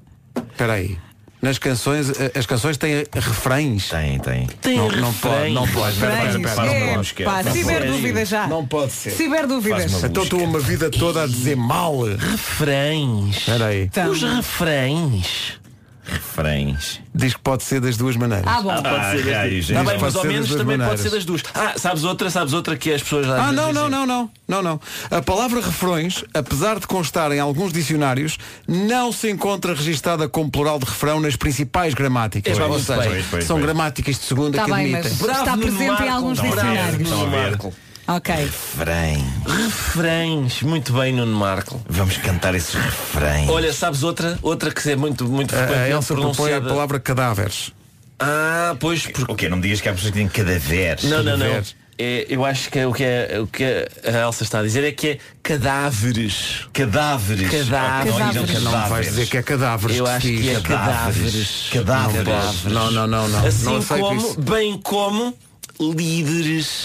A: Espera aí. Nas canções, eh, as canções têm refrões.
K: Tem, tem.
I: Tem
A: não, não pode,
I: refrões.
A: não pode. Espera, espera,
B: Bem,
A: espera.
B: é,
K: não esquece,
B: pá,
K: não
B: ciberdúvida já.
A: Não pode ser.
B: Ciberdúvidas.
K: Faz-me
A: Então estou uma vida toda a dizer mal.
I: Refrões.
A: Espera aí.
B: Então.
I: Os refrões.
K: Refrões.
A: Diz que pode ser das duas maneiras.
B: Ah, bom.
K: Ah,
I: Pode ser
K: já,
I: das duas. Tá
K: já, já.
I: bem,
A: Pode
I: mas ao
A: ser das
I: menos
A: duas
I: também
A: maneiras.
I: pode ser das duas. Ah, sabes outra, sabes outra que as pessoas já.
A: Ah, não, não, não, não, não, não. A palavra refrões, apesar de constar em alguns dicionários, não se encontra registada como plural de refrão nas principais gramáticas.
I: Pois,
A: Ou seja,
I: pois,
K: pois,
A: são
K: pois.
A: gramáticas de segunda
B: Está
A: que
B: Tá bem,
A: admitem.
B: mas está
I: Nuno
B: presente em
I: Marco.
B: alguns
A: é?
I: Bravo, Nuno
B: dicionários.
K: Estão a ver.
B: Ok. É
K: Refrém.
I: Refrães. Muito bem, Nuno Marco.
K: Vamos cantar esses refrões.
I: Olha, sabes outra? Outra que é muito, muito
A: A- A
I: frequentemente
A: Ah, Elsa propõe eh, a
I: pronunciada.
A: palavra cadáveres.
I: Ah, pois, porque.
K: O quê? Não me digas que há pessoas que têm cadavés.
I: Não, não, não.
A: Cadáveres.
I: É, eu acho que o que, é, o que a Elsa está a dizer é que é cadáveres.
K: Cadáveres.
I: Cadáveres.
K: Ok, então
B: Cadáveres.
K: Não, dizem
A: Não me vais
K: cadáveres.
A: dizer que é cadáveres.
I: Eu
A: que se
I: acho que
A: diz.
I: é cadáveres.
K: Cadáveres.
A: Não, pode. não, não, não. Não,
I: Assim
A: não aceito
I: como,
A: isso.
I: bem como líderes.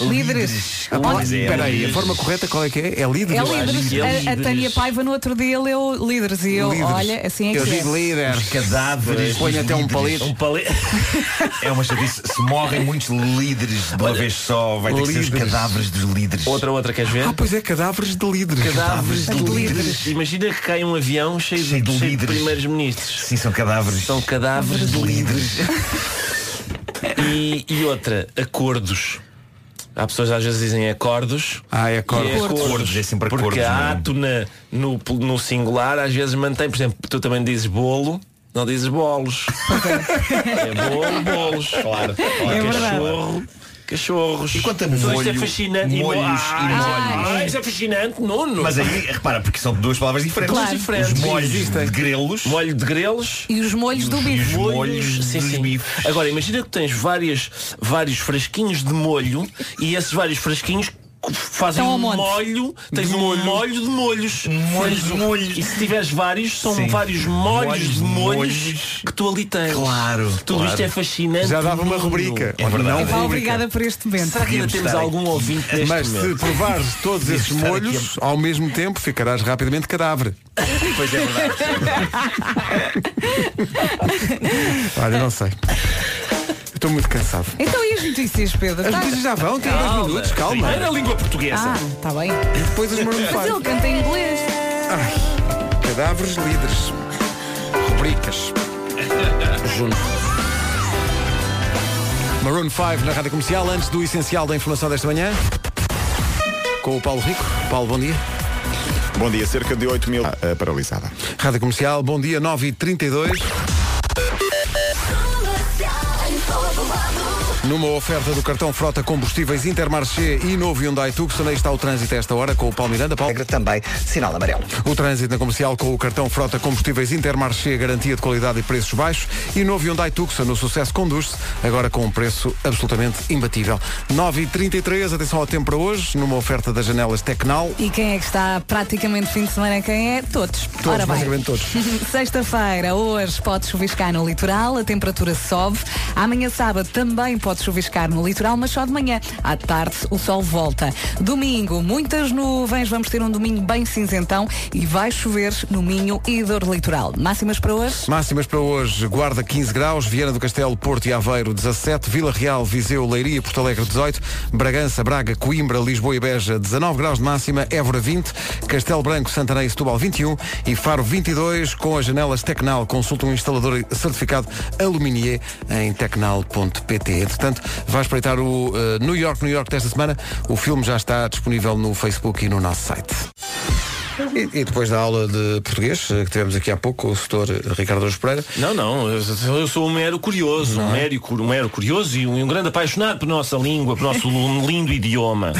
B: Líderes.
A: Olha,
B: Líderes.
A: Ah, Espera aí, a forma correta qual é que é? É líderes?
B: É líderes.
A: Eu acho que
B: A, a Tânia Paiva no outro dia leu líderes e eu,
A: Líderes.
B: olha, assim é que
A: Eu
B: é.
A: digo líderes.
K: cadáveres.
A: Põe
K: dos
A: até um
K: líderes.
A: palito.
K: Um É uma chatice. Se morrem muitos líderes de uma vez só, vai ter que ser os
A: líderes.
K: cadáveres dos líderes.
I: Outra, outra, queres ver?
A: Ah, pois é, cadáveres de líderes.
I: Cadáveres de líderes. Imagina que cai um avião cheio, de, cheio de primeiros ministros.
K: Sim, são cadáveres.
I: São cadáveres de líderes. e, e outra, acordos. Há pessoas que às vezes dizem acordos.
A: Ah, é
K: acordos.
I: E
K: Acordos. Acordos, é sempre
I: Porque
K: acordos, não
I: a
K: é?
I: ato na- no, no singular às vezes mantém, por exemplo, tu também dizes bolo. Não dizes bolos. é bolo, bolos. Claro.
K: É verdade.
I: cachorro. Cachorros. E
K: quanto a
I: Isto é
K: molho,
I: fascinante. E mo-
K: molhos e
I: Ah,
K: molhos.
I: ah, Isto é fascinante, Nuno.
K: Mas aí, repara, porque são duas palavras diferentes.
I: Claro.
K: Os molhos de grelos.
I: Molho de grelos.
B: E os molhos do bife.
I: sim, sim. Agora imagina que tens várias, vários frasquinhos de molho e esses vários frasquinhos co- fazem
B: Estão ao
I: um
B: monte.
I: molho, tens um molho. de molhos.
K: Molhos de
I: Tens um- E se tiveres vários, são
K: Sim.
I: vários molhos,
K: Molhos
I: de
K: de
I: molhos,
K: molhos.
I: que tu ali tens.
K: Claro,
I: Tudo
K: claro.
I: isto é fascinante.
A: Já dava uma
I: Nuno.
A: rubrica.
K: É verdade.
B: Epá, Tá obrigada por este momento.
I: Será que ainda temos algum ouvinte neste
A: Mas se
I: momento?
A: provares todos esses
K: estar aqui
A: molhos ao mesmo tempo, ficarás rapidamente cadáver.
K: Pois é verdade.
A: Olha, não sei. Estou muito cansado.
B: Então e as notícias, Pedro?
A: As
B: Tá-
A: notícias já vão, tem dois minutos, calma.
I: Primeiro a língua portuguesa.
B: Ah, está bem.
A: E depois os Maroon
B: Mas ele canta em inglês.
A: five. Cadáveres líderes. Rubricas. Junto. Maroon 5 na Rádio Comercial, antes do essencial da informação desta manhã. Com o Paulo Rico. Paulo, bom dia.
E: Bom dia, cerca de 8 mil ah, paralisada.
A: Rádio Comercial, bom dia, 9h32. Numa oferta do cartão Frota Combustíveis Intermarché e novo Hyundai Tucson, aí está o trânsito a esta hora com o Paulo Miranda. Paulo.
D: Também sinal amarelo.
A: O trânsito na comercial com o cartão Frota Combustíveis Intermarché, garantia de qualidade e preços baixos. E novo Hyundai Tucson, no sucesso conduz-se, agora com um preço absolutamente imbatível. 9h33, atenção ao tempo para hoje, numa oferta das janelas Tecnal.
B: E quem é que está praticamente fim de semana? Quem é? Todos.
A: Todos, basicamente todos.
B: Sexta-feira, hoje pode chuviscar no litoral, a temperatura sobe. Amanhã, sábado, também pode chuviscar no litoral, mas só de manhã. À tarde, o sol volta. Domingo, muitas nuvens. Vamos ter um domingo bem cinzentão e vai chover no Minho e dor litoral. Máximas para hoje?
A: Máximas para hoje, Guarda 15 graus, Viana do Castelo, Porto e Aveiro 17, Vila Real, Viseu, Leiria, Porto Alegre 18, Bragança, Braga, Coimbra, Lisboa e Beja 19 graus de máxima, Évora 20, Castelo Branco, Santarém e Setúbal 21 e Faro 22 com as janelas Tecnal. Consulta um instalador certificado Aluminier em tecnal.pt. Entretanto, vai espreitar o eh, New York, New York desta semana. O filme já está disponível no Facebook e no nosso site. E, e depois da aula de português eh, que tivemos aqui há pouco, com o setor Ricardo Aros Pereira,
I: Não, não, eu sou- eu sou um mero curioso, um mero, cu- um mero curioso e um, e um grande apaixonado pela nossa língua, pelo nosso lindo idioma.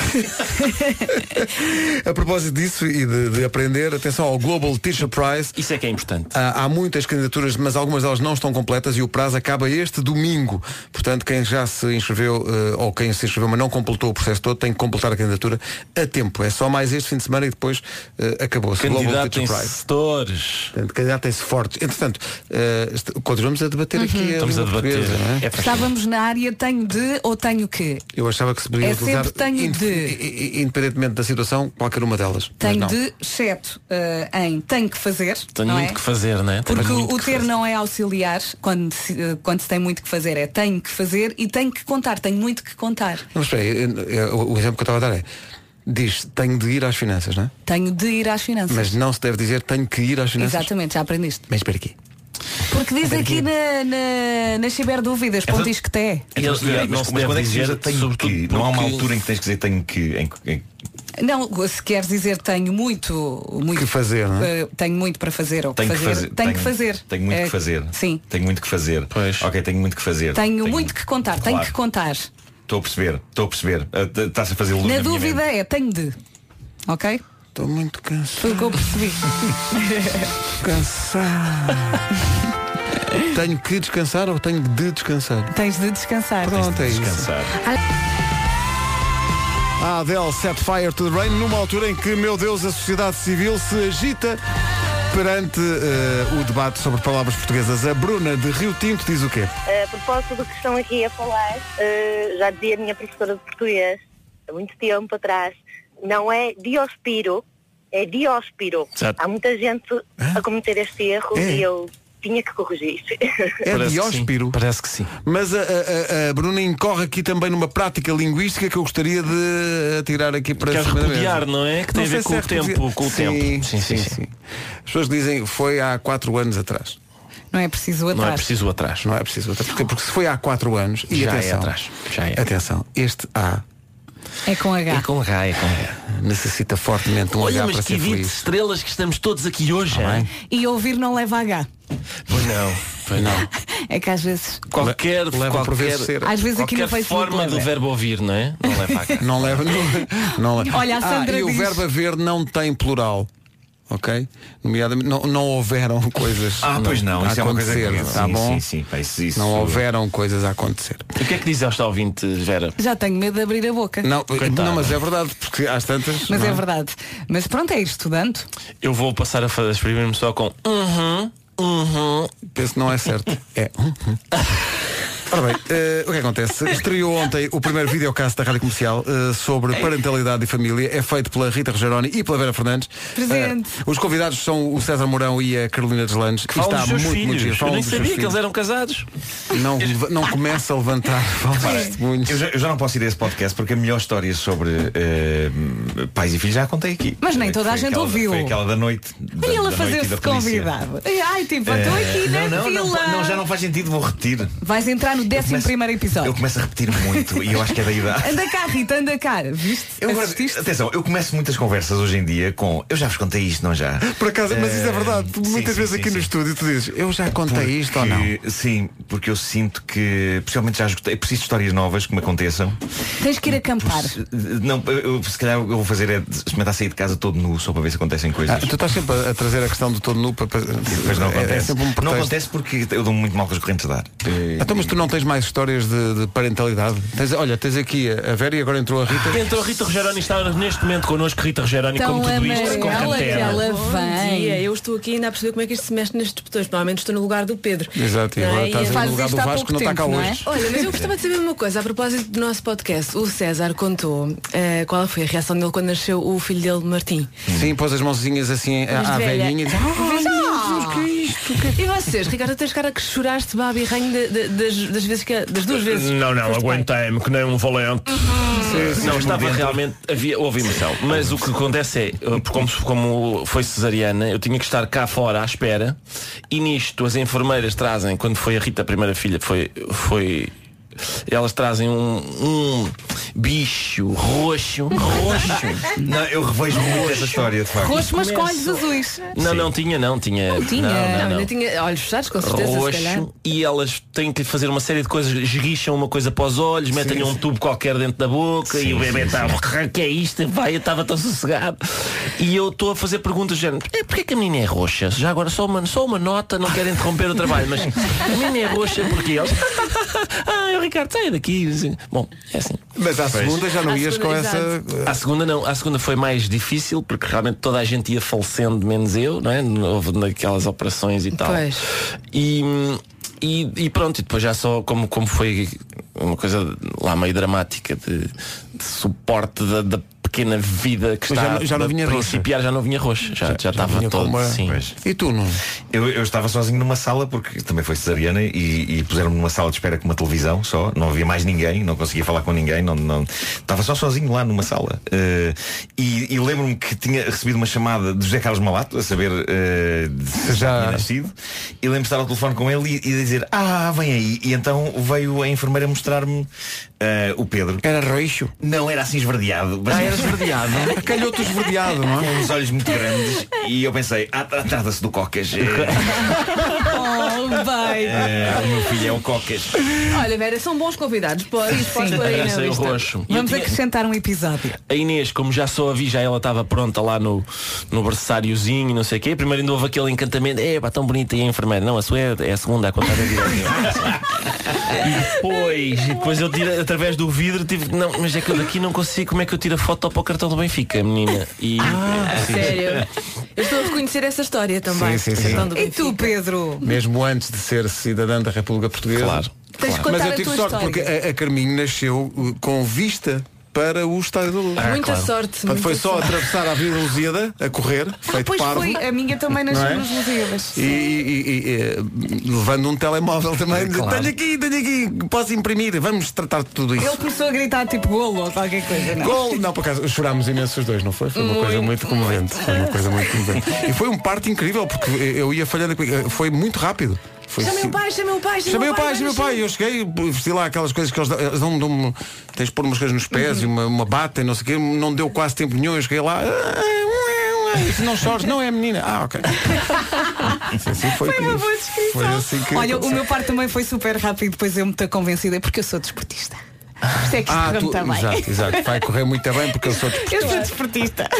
A: A propósito disso e de, de aprender, atenção ao Global Teacher Prize. Ah,
I: Isso é que é importante.
A: Há, há muitas candidaturas, mas algumas delas não estão completas e o prazo acaba este domingo. Portanto, quem já se inscreveu eh, ou quem se inscreveu mas não completou o processo todo tem que completar a candidatura a tempo. É só mais este fim de semana e depois eh, acabou-se. Global Teacher
I: Candidatem-se
A: Prize.
I: setores.
A: Portanto, candidatem-se fortes. Entretanto, eh, est- continuamos a
B: Uhum.
A: debater aqui a
I: Estamos a
A: língua
I: debater.
A: portuguesa, não é?
I: É para
B: Estávamos na área tenho de ou tenho que?
A: Eu achava que se podia
B: É
A: utilizar,
B: sempre tenho
A: in-
B: de.
A: i- i- independentemente da situação, qualquer uma delas. Mas
B: Tenho
A: não.
B: de, exceto eh, em tenho que fazer.
I: Tenho
B: não
I: muito
B: é?
I: que fazer, né? Tenho
B: Porque
I: muito
B: o
I: que
B: ter
I: fazer.
B: não é auxiliar quando se, eh, quando se tem muito que fazer, é tenho que fazer e tenho que contar, tenho muito que contar.
A: Não, espera aí, eu- eu- o exemplo que eu estava a dar é diz tenho de ir às finanças, não é?
B: Tenho de ir às finanças.
A: Mas não se deve dizer tenho que ir às finanças.
B: Exatamente, já aprendiste.
A: Mas espera aqui.
B: Porque diz aqui na, na, nas ciberdúvidas,
K: É
B: ponto diz que é. tem.
I: E
K: Mas,
I: ele- e ele não
K: Então, mas
I: se
K: mas
I: deve
K: quando é que se
I: dizer,
K: usa tenho
I: sobretudo
K: que? Não há uma
I: porque-
K: altura em que tens que dizer tenho que. Em, em-
B: Não, se queres dizer tenho muito, muito
A: Que fazer, não
B: eh, tenho muito para fazer ou
K: é? tenho que fazer.
B: Tenho que fazer.
K: Tenho muito
B: Eh,
K: que fazer.
B: Sim.
K: Tenho muito que fazer. Ok, tenho muito que fazer.
B: Tenho, muito que contar, tenho
K: Claro.
B: que contar.
K: Estou a perceber, estou a perceber. Ah, t- Estás a fazer luz
B: Na
K: minha
B: dúvida
K: mente.
B: é tenho de. Ok?
A: Estou muito cansado.
B: Foi o que eu percebi.
A: Cansado. tenho que descansar ou tenho de descansar?
B: Tens de descansar.
A: Pronto, é isso. Ah,
K: Descansar.
A: A Adele set fire to the rain numa altura em que, meu Deus, a sociedade civil se agita Perante eh, o debate sobre palavras portuguesas, a Bruna de Rio Tinto diz o quê?
H: A propósito do que estão aqui a falar, eh, já dizia a minha professora de português, há muito tempo atrás, não é diospiro, é diospiro.
I: Certo.
H: Há muita gente a cometer este erro
A: É.
H: e eu tinha que corrigir.
A: É Dióspiro.
I: Parece que sim.
A: Mas a, a- a- a Bruna incorre aqui também numa prática linguística que eu gostaria de tirar aqui para
I: Quer
A: cima da mesa.
I: repudiar, não é? Que tem a
A: sei
I: ver
A: se
I: com o
A: repudiar.
I: tempo, com o
A: sim,
I: tempo.
A: Sim, sim, sim. As pessoas dizem foi há quatro anos atrás.
B: Não é preciso atrás.
I: preciso atrás.
A: Não é preciso atrás. Porque, porque se foi há quatro anos e
I: Já é
A: atenção.
I: atrás. Já é.
A: Atenção, este A
B: É com H.
I: com H, é com H.
A: necessita fortemente de um
I: Olha,
A: olhar
I: mas
A: para
I: que
A: ser
I: 20
A: feliz. é?
I: estrelas que estamos todos aqui hoje. hein?
B: E ouvir não leva H.
I: Pois não, pois não.
B: É que às vezes.
I: Qualquer,
A: leva por
I: qualquer,
A: vezes ser.
B: Às vezes aqui no
I: qualquer
B: Facebook
I: forma
B: leva.
I: do verbo ouvir, não é? Não leva a cá.
A: Não leva. Não, não leva.
B: Olha, a
A: ah,
B: Sandra
A: e o
B: diz-
A: verbo haver não tem plural. Ok? Nomeadamente, não, não houveram coisas.
K: Ah, pois não,
A: a
K: isso é uma coisa
A: acontecer,
K: que-
A: tá
K: sim,
A: bom?
K: sim, sim, pá, isso- isso-
A: Não houveram coisas a acontecer.
I: O que é que diz esta ouvinte, Vera?
B: Já tenho medo de abrir a boca.
A: Não,
I: Coitada.
A: não mas é verdade, porque às tantas.
B: Mas
A: não
B: é verdade. Mas pronto, é estudante.
I: Eu vou passar a fazer exprimir-me só com uhum, uhum.
A: Penso que não é certo. É. Hum, hum. Ora bem, eh, o que acontece? Estreou ontem o primeiro videocast da Rádio Comercial eh, sobre parentalidade e família. É feito pela Rita Rogeroni e pela Vera Fernandes.
B: Presente.
A: Eh, os convidados são o César Mourão e a Carolina Deslandes. E
I: Falam
A: está
I: dos seus
A: muito, muito
I: filhos.
A: giro.
I: Eu
A: Falam
I: nem
A: dos
I: sabia
A: seus
I: que eles
A: filhos.
I: eram casados.
A: Não, leva- não começa a levantar falsos testemunhos.
K: Eu já, eu já não posso ir a esse podcast porque a melhor história sobre eh, pais e filhos já a contei aqui. Eh,
B: Mas nem toda
K: Foi
B: a gente
K: aquela-
B: ouviu.
K: Foi aquela da noite. da-
B: E ela
K: da noite e da
B: fazer-se
K: polícia.
B: convidado. Ai, tipo, estou
K: Eh,
B: aqui na
K: não, não, não,
B: fila.
K: não, já não faz sentido, vou repetir.
B: Vais entrar no 11 assim primeiro
K: Eu
B: episódio.
K: começo a repetir muito e eu acho que é da idade.
B: Anda cá, Rita, anda cá. Viste?
K: Eu agora-
B: Assististe?
K: atenção, eu começo muitas conversas hoje em dia com eu já vos contei isto, não já?
A: Por acaso, mas isso é verdade. Tu
I: Eh,
K: Sim,
A: Muitas
K: sim,
A: vezes
K: sim,
A: aqui no
K: sim.
A: estúdio tu dizes, eu já contei isto ou não?
K: Porque- Sim, porque eu sinto que, principalmente já esgotei, preciso de histórias novas que me aconteçam.
B: Tens que ir acampar.
K: Se- Não, eu- eu, se calhar o que eu vou fazer é de- experimentar sair de casa todo nu só para ver se acontecem coisas.
A: Ah, tu estás sempre a, a trazer a questão do todo nu para. para-
K: Mas não
A: é-
K: acontece.
A: É, sempre um
K: não
A: pretexto.
K: acontece porque eu dou muito mal com as correntes de ar. Eh,
A: Então, mas tu não tens mais histórias de, de parentalidade? Tens- olha, tens aqui a a Vera e agora entrou a Rita.
I: Entrou Então, Rita Rogeroni, está neste momento connosco Rita Rogeroni,
B: Tão
I: como tudo isto se
B: amarela que
I: concatena.
H: é.
B: ela
O: Bom dia,
B: vem.
O: eu estou aqui ainda a perceber como é que isto se mexe nestes botões. Normalmente estou no lugar do Pedro.
A: Exato, e
O: Não é?
A: agora estás
O: E-
A: aí no
B: fazes
A: lugar do
B: isto há
A: Vasco
B: pouco
A: que não está
B: tempo,
A: cá
B: não
A: hoje.
O: Olha, mas eu gostava de saber uma coisa a propósito do nosso podcast. O César contou eh, qual foi a reação dele quando nasceu o filho dele, Martim.
A: Sim, pôs as mãozinhas assim
O: Mas
A: à, à
O: velha.
A: velhinha e diz, "Ah,
P: é
O: E vocês, Ricardo, tens cara que choraste babi e ranho de- de- das, das vezes que, das duas vezes.
I: Não, não,
O: Foste pai.
I: aguentei-me que nem um valente. Não, estava realmente. Havia, houve emoção. Mas o que acontece é, eh, como, como foi cesariana, eu tinha que estar cá fora à espera e nisto as enfermeiras trazem, quando foi a Rita, a primeira filha, foi. foi elas trazem um, um bicho roxo. Roxo.
K: Não, eu revejo muito essa história, de facto.
B: Roxo, mas com olhos azuis.
I: Não, não tinha, não tinha. Não
B: tinha.
O: Não,
I: Não, não,
O: ainda tinha olhos fechados, com certeza, se calhar.
I: roxo e elas têm que fazer uma série de coisas, esguicham uma coisa para os olhos, metem-lhe um tubo qualquer dentro da boca e o bebê está, que é isto? Vai, eu estava tão sossegado. E eu estou a fazer perguntas do género, é, porquê que a menina é roxa? Já agora só uma, só uma nota, não quero interromper o trabalho, mas a menina é roxa porque eles. ah, o Ricardo, sai daqui. Bom, é assim.
A: Mas à segunda já não
O: À
A: ias com
O: segunda,
A: essa.
I: À segunda não, à segunda foi mais difícil porque realmente toda a gente ia falecendo, menos eu, não é? Houve naquelas operações e tal.
O: Pois.
I: E, e, e pronto, e depois já só como, como foi uma coisa lá meio dramática de, de suporte da, da pequena vida que
A: Mas já
I: está
A: não- já não
I: a
A: vinha roxa.
I: principiar, já não vinha roxa, já, já,
A: vinha
I: estava
A: com
I: todo
A: uma-
I: Então, sim.
K: Pois.
A: E tu não?
K: Eu, eu estava sozinho numa sala porque também foi cesariana e, e puseram-me numa sala de espera com uma televisão só, não havia mais ninguém, não conseguia falar com ninguém, não, não estava só sozinho lá numa sala. Eh, e e lembro-me que tinha recebido uma chamada de José Carlos Malato, a saber eh, de- se
A: Já.
K: já tinha nascido, e lembro-me de estar ao telefone com ele e, e dizer, ah, vem aí. E então veio a enfermeira mostrar-me eh, o Pedro.
A: Era roxo.
K: Não era assim esverdeado, mas
A: Ah, era esverdeado. Calhou-te o esverdeado, não é?
K: com uns olhos muito grandes. E eu pensei, ah, tra- trata-se do Cocas. Eh,
B: Oh,
O: Sei.
K: Eh, o meu filho é o Cocas.
O: Olha, Vera, são bons convidados. Podes, podes pôr aí na
I: Essa é o
O: lista.
I: roxo. E eu
B: Vamos
I: tinha-
B: acrescentar um episódio.
I: A Inês, como já só a vi, já ela estava pronta lá no, no berçáriozinho e não sei o quê. Primeiro ainda houve aquele encantamento, é pá, tão bonita e a enfermeira. Não, a sua é, é a segunda, a contar da vida. e depois, e depois eu tiro, através do vidro, tive, não, mas é que eu daqui não consigo, como é que eu tiro a foto para o cartão do Benfica, menina? E,
O: Ah,
I: Sim.
O: sério. Eu estou a reconhecer essa história também.
A: Sim, sim, sim.
O: Então, do
B: E tu, Pedro?
A: Mesmo antes de ser cidadã da República Portuguesa. Claro.
O: Tens de contar
A: Mas eu
O: a
A: tive
O: tua
A: sorte
O: história.
A: porque a, a Carminho nasceu uh, com vista para o Estádio da Luz.
O: Ah, Muita claro. sorte,
A: Portanto, foi
O: muita
A: só
O: sorte.
A: atravessar a Vila Lusíada a correr, feito
B: Ah, Pois
A: parvo.
B: foi, a minha também
A: Não
B: nasceu
A: é?
B: nos Lusíadas.
A: E, e- e- e, eh, levando um telemóvel também.
B: É claro.
A: Tenho aqui, tenho aqui, posso imprimir, vamos tratar de tudo isso.
B: Ele começou a gritar tipo golo ou qualquer coisa, não? é?
A: Gol! Não, por acaso chorámos imenso os dois, não foi? Foi uma
B: Muito.
A: coisa muito comovente. Foi uma coisa muito comovente. E foi um parte incrível, porque eu ia falhando. com- Foi muito rápido. Foi
B: é
O: Chamei
A: ci-
O: o pai, chamei o pai, chamei,
A: Chamei o pai,
O: vai,
A: chamei o pai. Eu cheguei, vesti lá aquelas coisas que eles dão. Eles dão, dão tens de pôr umas coisas nos pés e uma, uma bata e não sei o quê. Não deu quase tempo nenhum. Eu cheguei lá. "Ah, ué, ué." E se não chores, não é a menina. Ah, ok. Sim, sim, assim foi,
B: Uma boa descrição.
A: Foi assim que
B: Olha, o
A: aconteceu.
B: meu par também foi super rápido, depois eu me estou convencida, porque eu sou desportista. Por isso é que isto
A: Ah,
B: correu
A: tu,
B: muito bem.
A: exato, exato. Vai correr muito bem porque eu sou
B: Eu sou desportista.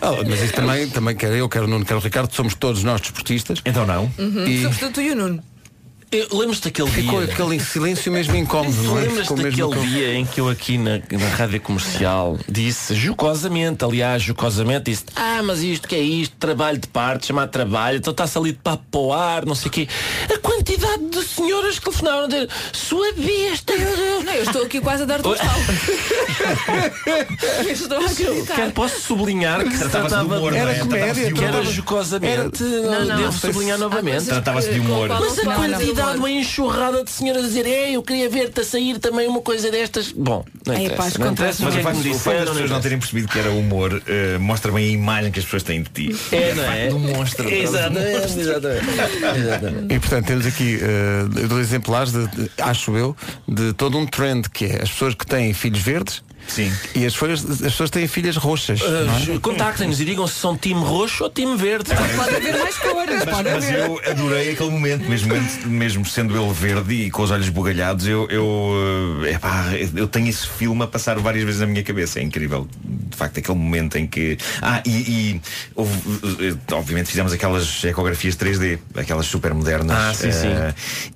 A: Ah, mas isso também, também quero eu, quero o Nuno, quero o Ricardo, somos todos nós desportistas.
K: Então não.
O: Uhum.
A: E eh,
O: Sobretudo tu e o Nuno.
I: Lembras-te daquele
A: ficou
I: dia?
A: aquele silêncio mesmo incómodo, não é?
I: Lembras
A: Ficou mesmo
I: daquele
A: incómodo.
I: dia em que eu aqui na, na rádio comercial disse jocosamente, aliás, jocosamente, disse, ah, mas isto que é isto, trabalho de parte, chamar trabalho, então está-se ali de papo para o ar, não sei o quê. A quantidade de senhoras que telefonaram a dizer, sua besta, meu Deus.
O: Não, eu estou aqui quase a dar-te um pau. Eu estou a acreditar.
I: Quero- posso sublinhar que se
K: Tratava-se de
I: tratava
K: humor, não é?
I: era
K: Tratava-se de
I: comédia, que era
K: humor.
I: jocosamente,
K: Era- Não, não,
I: devo
K: não sei se-
I: sublinhar
K: Há
I: novamente.
K: coisas Tratava-se de que- humor. com a qual
I: Mas a
K: não é se fala.
I: quantidade, uma enxurrada de senhoras a dizer, ei, eu queria ver-te a sair também uma coisa destas. Bom, não
K: Ei,
I: interessa.
K: pá, os
I: não
K: contratos
I: interessa o
K: Mas
I: que é
K: o
I: que me
K: facto, o facto das
I: disseram.
K: pessoas não terem percebido que era humor eh, mostra bem a imagem que as pessoas têm de ti.
I: É,
K: E
I: não
K: facto
I: é?
K: do monstro.
I: Exatamente, exatamente.
A: E portanto temos aqui eh, dois exemplares, de, de- acho eu, de todo um trend que é as pessoas que têm filhos verdes
K: Sim.
A: e as, folhas- as pessoas que têm filhas roxas. não
I: Uh,
A: é?
I: Contactem-nos e digam se são time roxo ou time verde.
K: É,
B: Pode haver mais cores,
K: Mas,
B: pode
K: mas
B: haver.
K: eu adorei aquele momento, mesmo, antes- mesmo sendo ele verde e com os olhos bugalhados, eu, eu, eh, epá, eu tenho esse filme a passar várias vezes na minha cabeça. É incrível. De facto, aquele momento em que. Ah, e, e houve- eh, obviamente fizemos aquelas ecografias 3D, aquelas super modernas.
I: Ah, sim, sim.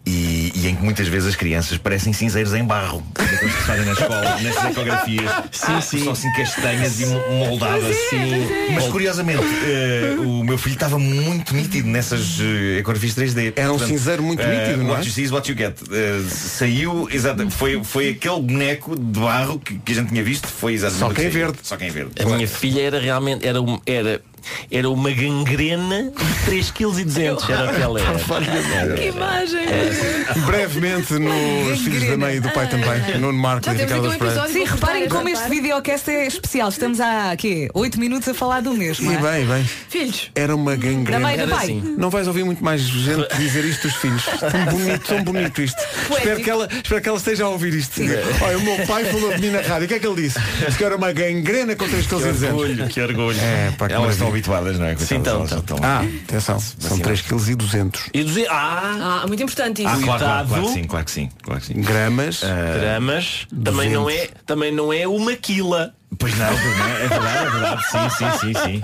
K: E, e em que muitas vezes as crianças parecem cinzeiros em barro. Daqueles que se fazem na escola, nessas ecografias.
I: Sim, sim.
K: São assim castanhas e moldadas. Sim. Mas curiosamente, eh, o meu filho estava muito nítido nessas eh, ecografias 3D.
A: Era um cinzeiro muito nítido, não é?
K: eh, What you see is what you get. Eh, saiu, exato, foi, foi aquele boneco de barro que, que a gente tinha visto, foi exatamente.
I: Só
K: o
I: que
A: é
I: em
K: saiu.
I: verde.
K: Só quem verde.
I: A minha filha era realmente era um- era era uma gangrena de 3,2 kg era o que ela era.
O: Que imagem!
A: Brevemente nos filhos da mãe e do pai também, Nuno Marco e
O: um
A: Ricardo
H: um
A: Pereira.
B: Sim, reparem como este videocast é especial. Estamos há quê? 8 minutos a falar do
A: E
B: mesmo. não é?
A: bem, bem.
O: Filhos.
A: Era uma gangrena.
B: Da mãe, do Era pai. assim.
A: Não vais ouvir muito mais gente dizer isto dos filhos. Tão bonito, tão bonito isto. Espero que, ela, espero que ela esteja a ouvir isto. Olha, o meu pai falou de mim na rádio. O que é que ele disse? Diz que era uma gangrena com três quilos e duzentos.
K: que orgulho.
A: que
K: Elas estão
A: maravilha.
K: habituadas, não é?
I: Sim, então,
K: Coitadas, elas já
A: Ah, atenção. São três quilos e duzentos.
I: E dizer, ah,
O: Ah, muito importante isso.
K: Ah, claro, claro, claro
I: Cuidado.
K: que sim, claro que sim, claro que sim. Eh,
A: Gramas.
I: gramas também não é também não é uma quila.
K: Pois não, pois não, é verdade, é verdade, sim, sim, sim,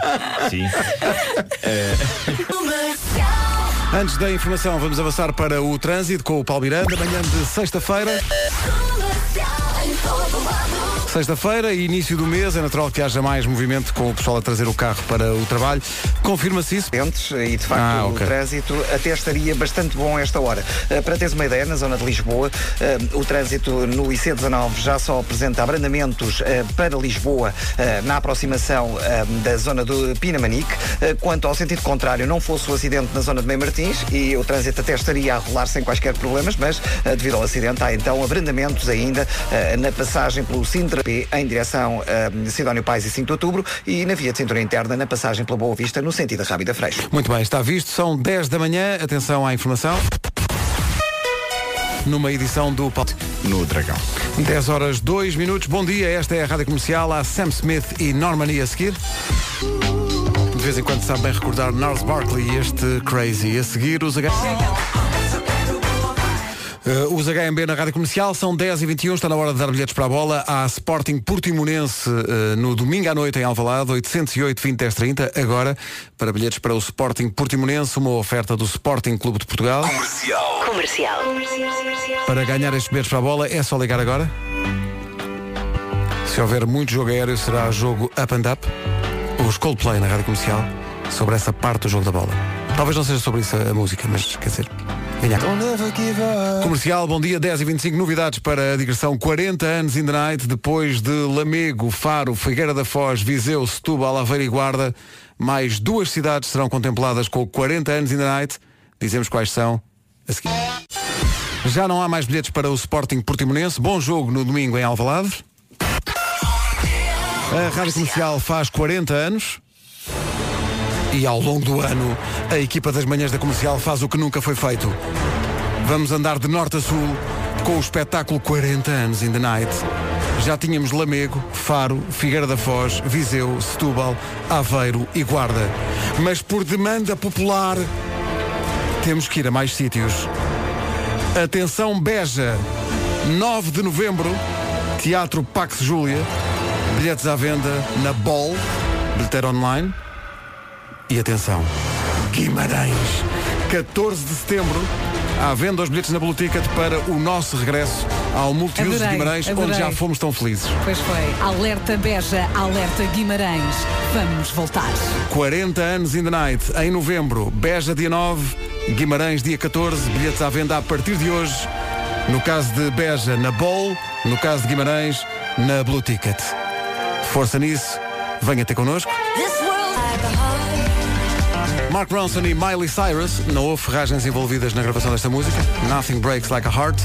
K: sim. sim.
A: Antes da informação, vamos avançar para o trânsito com o Paulo Miranda, manhã de sexta-feira. Sexta-feira, início do mês, é natural que haja mais movimento com o pessoal a trazer o carro para o trabalho. Confirma-se isso?
D: E de facto
A: Ah,
D: o
A: ok.
D: trânsito até estaria bastante bom a esta hora. Eh, para teres uma ideia, na zona de Lisboa, eh, o trânsito no IC19 já só apresenta abrandamentos eh, para Lisboa eh, na aproximação eh, da zona do Pinamanique. Eh, quanto ao sentido contrário, não fosse o acidente na zona de Mem Martins e o trânsito até estaria a rolar sem quaisquer problemas, mas eh, devido ao acidente há então abrandamentos ainda eh, na passagem pelo Sintra P em direção a Sidónio Pais e 5 de Outubro e na via de cintura interna na passagem pela Boa Vista no sentido da Rábida Freixo.
A: Muito bem, está visto, são 10 da manhã, atenção à informação. Numa edição do Paulo.
E: No Dragão.
A: 10 horas 2 minutos, bom dia, esta é a Rádio Comercial, há Sam Smith e Normani a seguir. De vez em quando sabe bem recordar Nars Barkley e este Crazy. A seguir, os H. Eh, os HMB na Rádio Comercial são 10h21, está na hora de dar bilhetes para a bola. Há Sporting Portimonense eh, no domingo à noite em Alvalade, 808 20 10 30. Agora, para bilhetes para o Sporting Portimonense, uma oferta do Sporting Clube de Portugal.
H: Comercial. Comercial.
A: Para ganhar estes bilhetes para a bola, é só ligar agora. Se houver muito jogo aéreo, será jogo up and up. Os Coldplay na Rádio Comercial, sobre essa parte do jogo da bola. Talvez não seja sobre isso a a música, mas quer dizer, ganhar. Comercial, bom dia, 10 e 25 novidades para a digressão 40 anos in the night, depois de Lamego, Faro, Figueira da Foz, Viseu, Setúbal, Aveiro e Guarda, mais duas cidades serão contempladas com o 40 anos in the night. Dizemos quais são a seguir. Já não há mais bilhetes para o Sporting Portimonense. Bom jogo no domingo em Alvalade. A Rádio Comercial faz 40 anos. E ao longo do ano, a equipa das manhãs da comercial faz o que nunca foi feito. Vamos andar de norte a sul com o espetáculo 40 anos in the night. Já tínhamos Lamego, Faro, Figueira da Foz, Viseu, Setúbal, Aveiro e Guarda. Mas por demanda popular, temos que ir a mais sítios. Atenção Beja, 9 de novembro, Teatro Pax Júlia, bilhetes à venda na Bol, bilheteiro online. E atenção, Guimarães, 14 de setembro, à venda os bilhetes na Blue Ticket para o nosso regresso ao Multiuso de
B: Adorei,
A: Guimarães, onde
B: adorei.
A: já fomos tão felizes.
B: Pois foi. Alerta Beja, alerta Guimarães. Vamos voltar.
A: 40 anos in the night, em novembro, Beja dia 9, Guimarães dia 14, bilhetes à venda a partir de hoje. No caso de Beja, na Bol, no caso de Guimarães, na Blue Ticket. Força nisso, venha ter connosco. Mark Ronson e Miley Cyrus, não houve ferragens envolvidas na gravação desta música. Nothing Breaks Like a Heart.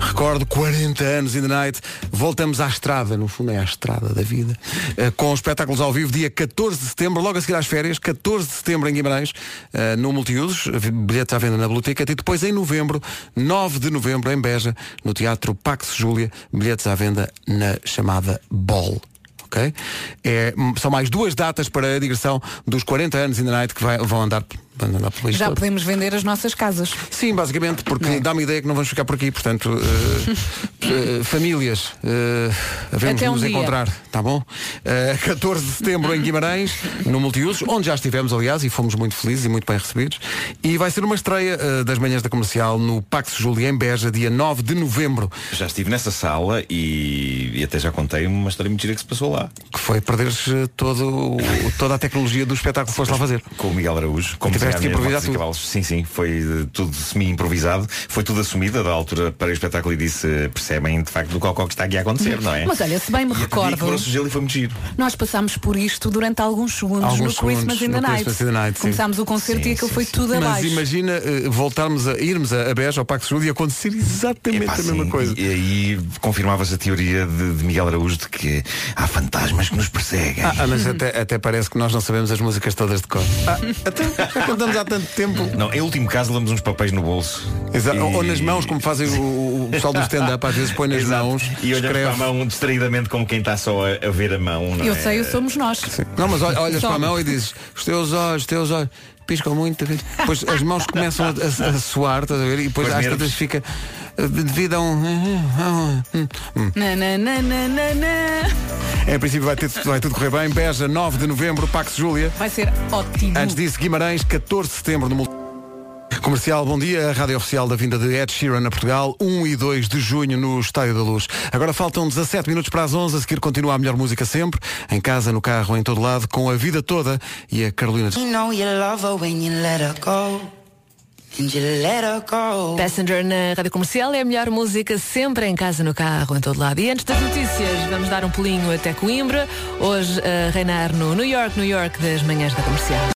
A: Recordo 40 anos in the night. Voltamos à estrada, no fundo é à estrada da vida. eh, com espetáculos ao vivo, dia 14 de setembro, logo a seguir às férias, 14 de setembro em Guimarães, eh, no Multiusos, vi- bilhetes à venda na Biblioteca, e depois em novembro, 9 de novembro, em Beja, no Teatro Pax Júlia, bilhetes à venda na chamada Ball. Ok? É, hum, são mais duas datas para a digressão dos 40 anos in the night que vai- vão andar, vão andar pelo
B: Já podemos vender as nossas casas.
A: Sim, basicamente, porque dá-me ideia que não vamos ficar por aqui, portanto, eh, eh, famílias, eh, havemos
B: Até
A: de
B: um
A: nos
B: dia.
A: encontrar, tá bom? Eh, 14 de setembro em Guimarães, no Multiusos, onde já estivemos, aliás, e fomos muito felizes e muito bem recebidos. E vai ser uma estreia eh, das manhãs da comercial no Pax Julián Beja, dia 9 de novembro,
K: Já estive nessa sala e, e até já contei uma história mentira que se passou lá.
A: que foi perderes eh, todo, o- toda a tecnologia do espetáculo que foste lá fazer.
K: Com o Miguel Araújo, como
A: tiveste
K: desenhar
A: que
K: minhas
A: improvisar
K: motos e
A: tudo.
K: cavalos. Sim, sim, foi eh, tudo semi-improvisado, foi tudo assumido da altura para o espetáculo e disse, eh, percebem de facto do cocó que está aqui a acontecer, não é?
B: Mas olha, se bem me
K: E até dia que
B: recordo,
K: quebrou-se o gelo e foi muito giro.
B: nós passámos por isto durante alguns segundos
A: Alguns
B: no
A: segundos,
B: Christmas in
A: no
B: the Night.
A: Christmas in the Night, sim.
B: Começámos o concerto e aquilo foi tudo
A: Mas
B: abaixo.
A: imagina eh, voltarmos a irmos a, a Beja, ao Pax Júlia e acontecer exatamente é a mesma
K: Sim,
A: coisa.
K: E aí confirmava-se a teoria de, de Miguel Araújo de que há fantasmas que nos perseguem.
A: Ah, ah, mas até, até parece que nós não sabemos as músicas todas de cor. já Ah, contamos há tanto tempo.
K: Não, em último caso levamos uns papéis no bolso.
A: Exa-
K: E-
A: ou, ou nas mãos, como fazem o, o pessoal do stand-up, às vezes põe nas
K: Exato.
A: mãos.
K: E olhamos
A: escreve.
K: para a mão distraidamente como quem está só a, a ver a mão. Não
B: Eu
K: é?
B: sei, o somos nós.
A: Não, mas olha- olhas
B: Somos.
A: para a mão e dizes, os teus olhos, os teus olhos, piscam muito, depois as mãos começam a, a- a suar, estás a ver? E depois
K: Pois
A: às
K: nervos.
A: tantas fica eh, devido a um.
B: Na, na, na, na, na, na.
A: Em princípio vai, ter- vai tudo correr bem. Beja, 9 de novembro, Pax Júlia.
B: Vai ser ótimo.
A: Antes disso, Guimarães, 14 de setembro, no Mul- Comercial, bom dia. A rádio oficial da vinda de Ed Sheeran a Portugal, 1 e 2 de junho no Estádio da Luz. Agora faltam 17 minutos para as 11. A seguir continua a melhor música sempre, em casa, no carro, em todo lado, com a vida toda e a Carolina.
P: You know you love her when you let her go. And you let her go.
O: Passenger na Rádio Comercial é a melhor música sempre em casa, no carro, em todo lado. E antes das notícias, eh, vamos dar um pulinho até Coimbra. Hoje a reinar no New York, New York das manhãs da Comercial.